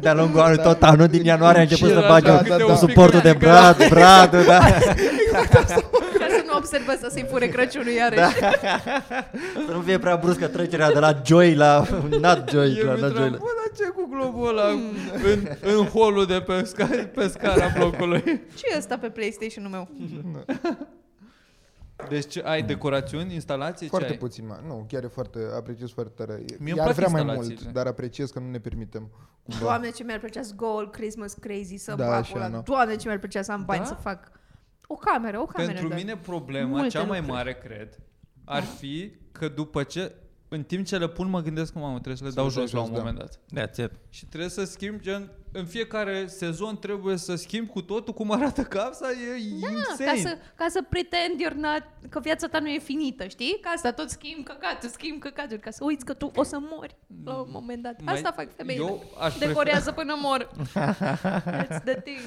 de-a lungul anului, tot anul din ianuarie a început
Și
să
era
bage
așa,
da,
da,
da,
da.
suportul de brad,
*laughs*
brad, da.
Ca să nu observă să se-i
*laughs*
pune Crăciunul iarăși.
da. Să nu fie prea bruscă trecerea de la joy la *laughs* not joy,
Eu
la
mi-am
not
bă,
joy. la-
dar ce cu globul ăla
Hmm.
în, în holul de pe, sca, pe scara blocului?
Ce e asta pe PlayStation-ul meu?
Deci ce, ai decorațiuni, instalații? ce
Foarte
ai?
puțin, mai. nu, chiar e foarte, apreciez foarte tare.
Mie
Mie
îmi
Iar
plac
vrea mai mult,
instalațiile.
dar apreciez că nu ne permitem. Cumva.
Doamne, ce mi-ar plăcea să go all Christmas crazy să
Da,
da,
și eu, nu.
Doamne, ce mi-ar plăcea să am bani
Da?
să fac o cameră, o cameră.
Pentru
doar.
mine problema
Multe
cea mai
lucruri. Da.
mare, cred, ar fi că după ce, în timp ce le pun, mă gândesc că, mamă, trebuie să le dau
le dai
jos la
jos,
un
da.
moment dat.
That's it.
Și trebuie să schimb gen în fiecare sezon trebuie să schimb cu totul cum arată capsa, e da,
Da,
insane.
ca să, ca să pretend you're not, că viața ta nu e finită, știi? Ca asta tot schimb căcaturi, schimb căcaturi, ca să uiți că tu o să mori la un moment dat.
Mai-
Asta fac femeile.
Eu aș
Decorează până
*laughs*
mor. That's the thing.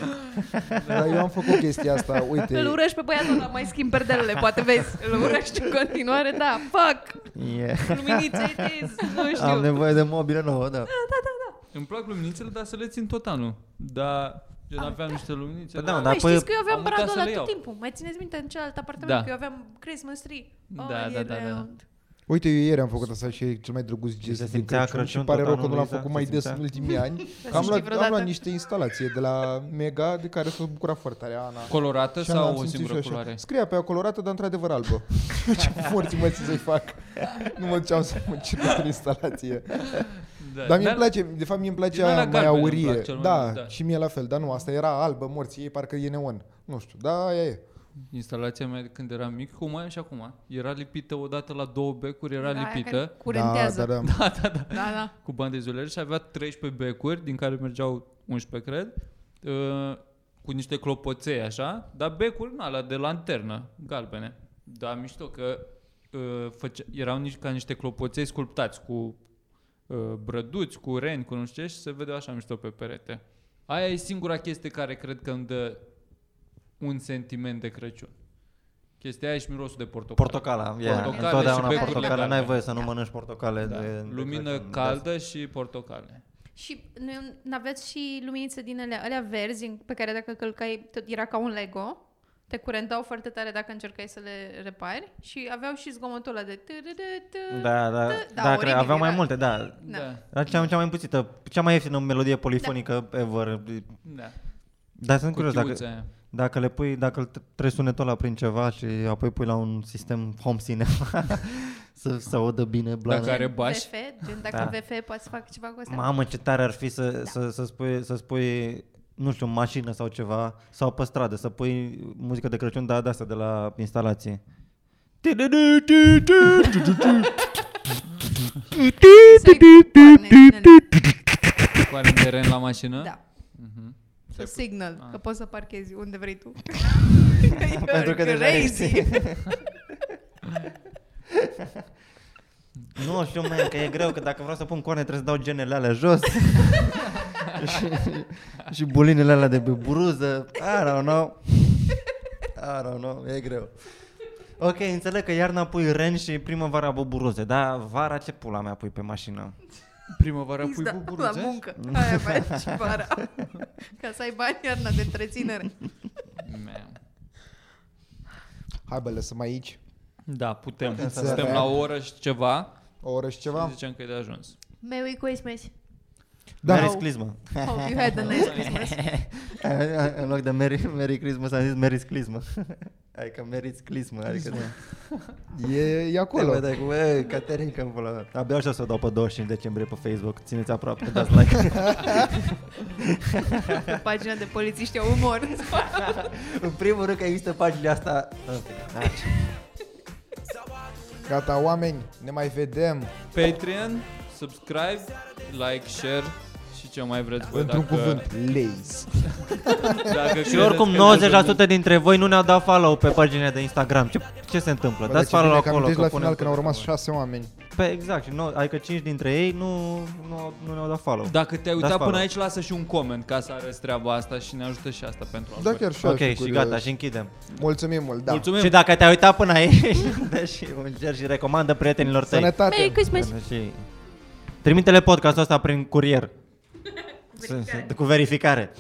Dar eu am făcut chestia
*laughs*
asta, uite.
Îl urăști pe băiatul ăla, mai schimb perdelele, poate vezi. Îl urăști în continuare, da, fuck,
Yeah. *laughs*
luminițe it is, nu știu.
Am nevoie de mobilă nouă, da.
Îmi plac luminițele, dar să le țin tot anul. Dar eu
Ah,
aveam niște luminițe.
Păi da, mă,
la-
dar
Măi,
apoi-
știți că eu
Am
aveam
uitat
bradul
să
ăla
le iau.
tot timpul. Mai țineți minte în celălalt apartament
Da.
că eu aveam Christmas tree. All
Da, da,
year
da, da, da.
round.
Uite, eu ieri am făcut asta și e cel mai drăguț gest
se
din
simțea
Crăciun,
Crăciun
și pare
tot
rău că nu
anul,
l-am
Luiza?
făcut
Se
mai des
simțea?
în ultimii
*laughs*
ani.
Să
Am
știi
luat, am
vreodată?
luat niște instalație de la Mega, de care s-a bucurat foarte tare Ana.
Colorată
Și am- am
sau o
simțit și eu
singură
așa.
culoare?
Scria pe ea colorată, dar într-adevăr
*laughs*
albă. Ce forți mă să-i fac. Nu mă duceam să mă cer într instalație.
Da,
Dar mie îmi place, de fapt mie îmi place
din alea
aia mai
galbene îmi
aurie.
plac cel mai
Da,
mult, da.
și mie la fel. Dar nu, asta era albă, morții ei, parcă e neon. Nu știu, da, aia e.
Instalația mea de când eram mic, cum mai e și acum, era lipită odată la două becuri, era
Da, Aia care
*laughs* lipită
Curentează.
Da, da, da.
Da, da.
cu bani de izolare și avea 13 becuri, din care mergeau 11, cred, uh, cu niște clopoței așa, dar becuri, na, la de lanternă, galbene. Da, mișto că uh, făce, erau nici, ca niște clopoței sculptați cu uh, brăduți, cu reni, cu nu știu ce, și se vedeau așa mișto pe perete. Aia e singura chestie care cred că îmi dă un sentiment de Crăciun. Chestia aia și mirosul de portocală.
Portocala, yeah.
Portocale
portocale
și
întotdeauna
becurile
portocale,
galbene.
n-ai voie să nu mănânci portocale.
Da.
De, de
Lumină
Crăciun. da.
caldă și portocale.
Și nu aveți și luminițe din ele, alea verzi, în- pe care dacă călcai, tot era ca un Lego. Te curentau foarte tare dacă încercai să le repari. Și aveau și zgomotul ăla de... târârâtă.
Da, da, da,
Da,
da
oribil
cred, aveau mai
era.
multe, da.
Da.
Era cea, cea mai puțită, cea mai ieftină melodie polifonică ever.
Da.
Dar sunt curios dacă,
Cutiuța aia.
Dacă le pui, dacă îl tre- treci sunetul ăla prin ceva și apoi pui la un sistem home cinema *laughs* să, să audă bine
Dacă
blana.
are bași.
VF, gen dacă
Da.
VF poate să fac ceva cu asta.
Mamă, ce tare ar fi să, da. să, să, spui, să spui, nu știu, mașină sau ceva, sau pe stradă, să pui muzică de Crăciun, dar de asta, de la instalație.
Să-i porne din ele.
Cu are de ren la mașină?
Da. Să signal, că poți să parchezi unde vrei tu.
Pentru că deja
Crazy.
*laughs*
*laughs*
Nu știu, mă, că e greu, că dacă vreau să pun corne trebuie să dau genele alea *laughs* jos. și, și bulinele alea de pe bruză. I don't know. I don't know, e greu. Ok, înțeleg că iarna pui ren și primăvara buburuze, dar vara ce pula mea pui pe mașină?
Primăvara pui
Da, la
buburuțe?
muncă. Aia faci
*laughs*
vara. Ca să ai bani iarna de întreținere.
Man.
Hai bă, lăsăm aici.
Da, putem.
Înțeleg.
Suntem la o oră și ceva
O oră și ceva.
și ziceam că e de ajuns.
Merry Christmas.
Da. Merry
Wow.
*laughs* Sclismă.
Hope Oh, you had a nice *laughs* Christmas.
În loc de Merry, Merry Christmas *laughs* am zis Merry Sclismă. Adică Merry Sclismă, adică...
E, e
Acolo. Te
acolo.
vedea cu, "Ei, Caterin, că pula mea." Abia așa să o dau pe 25 decembrie pe Facebook. Țineți aproape, dați like.
Pe pagina de polițiști au umor.
În primul rând că există pagina asta.
Gata, oameni, ne mai vedem.
Patreon, subscribe, like, share și ce mai vreți voi
Într-un
Păi dacă,
cuvânt, leis.
dacă
Și oricum
credeți că ne ajungem-
90% dintre voi nu ne-au dat follow pe pagina de Instagram. Ce, ce se întâmplă?
Bă,
Dați
dar ce
follow
bine că am
acolo.
zis la
punem
final când au
tot
rămas
acolo.
șase oameni. Da,
Pe exact, și nu, adică 5 dintre ei nu, nu, nu ne-au dat follow.
Dacă te-ai
Dați
uitat până
follow.
aici, lasă și un comment ca să arăți treaba asta și ne ajută și asta pentru
Da,
algoritm.
chiar și eu
Ok,
aș fi
și
curios.
gata, și închidem.
Mulțumim mult, da.
Mulțumim!
Și dacă te-ai uitat până aici, *laughs* dă și un share și recomandă prietenilor tăi.
Sănătate.
Merry Christmas.
Și... Trimite-le podcastul ăsta prin curier. Sunt- sunt- Cu verificare.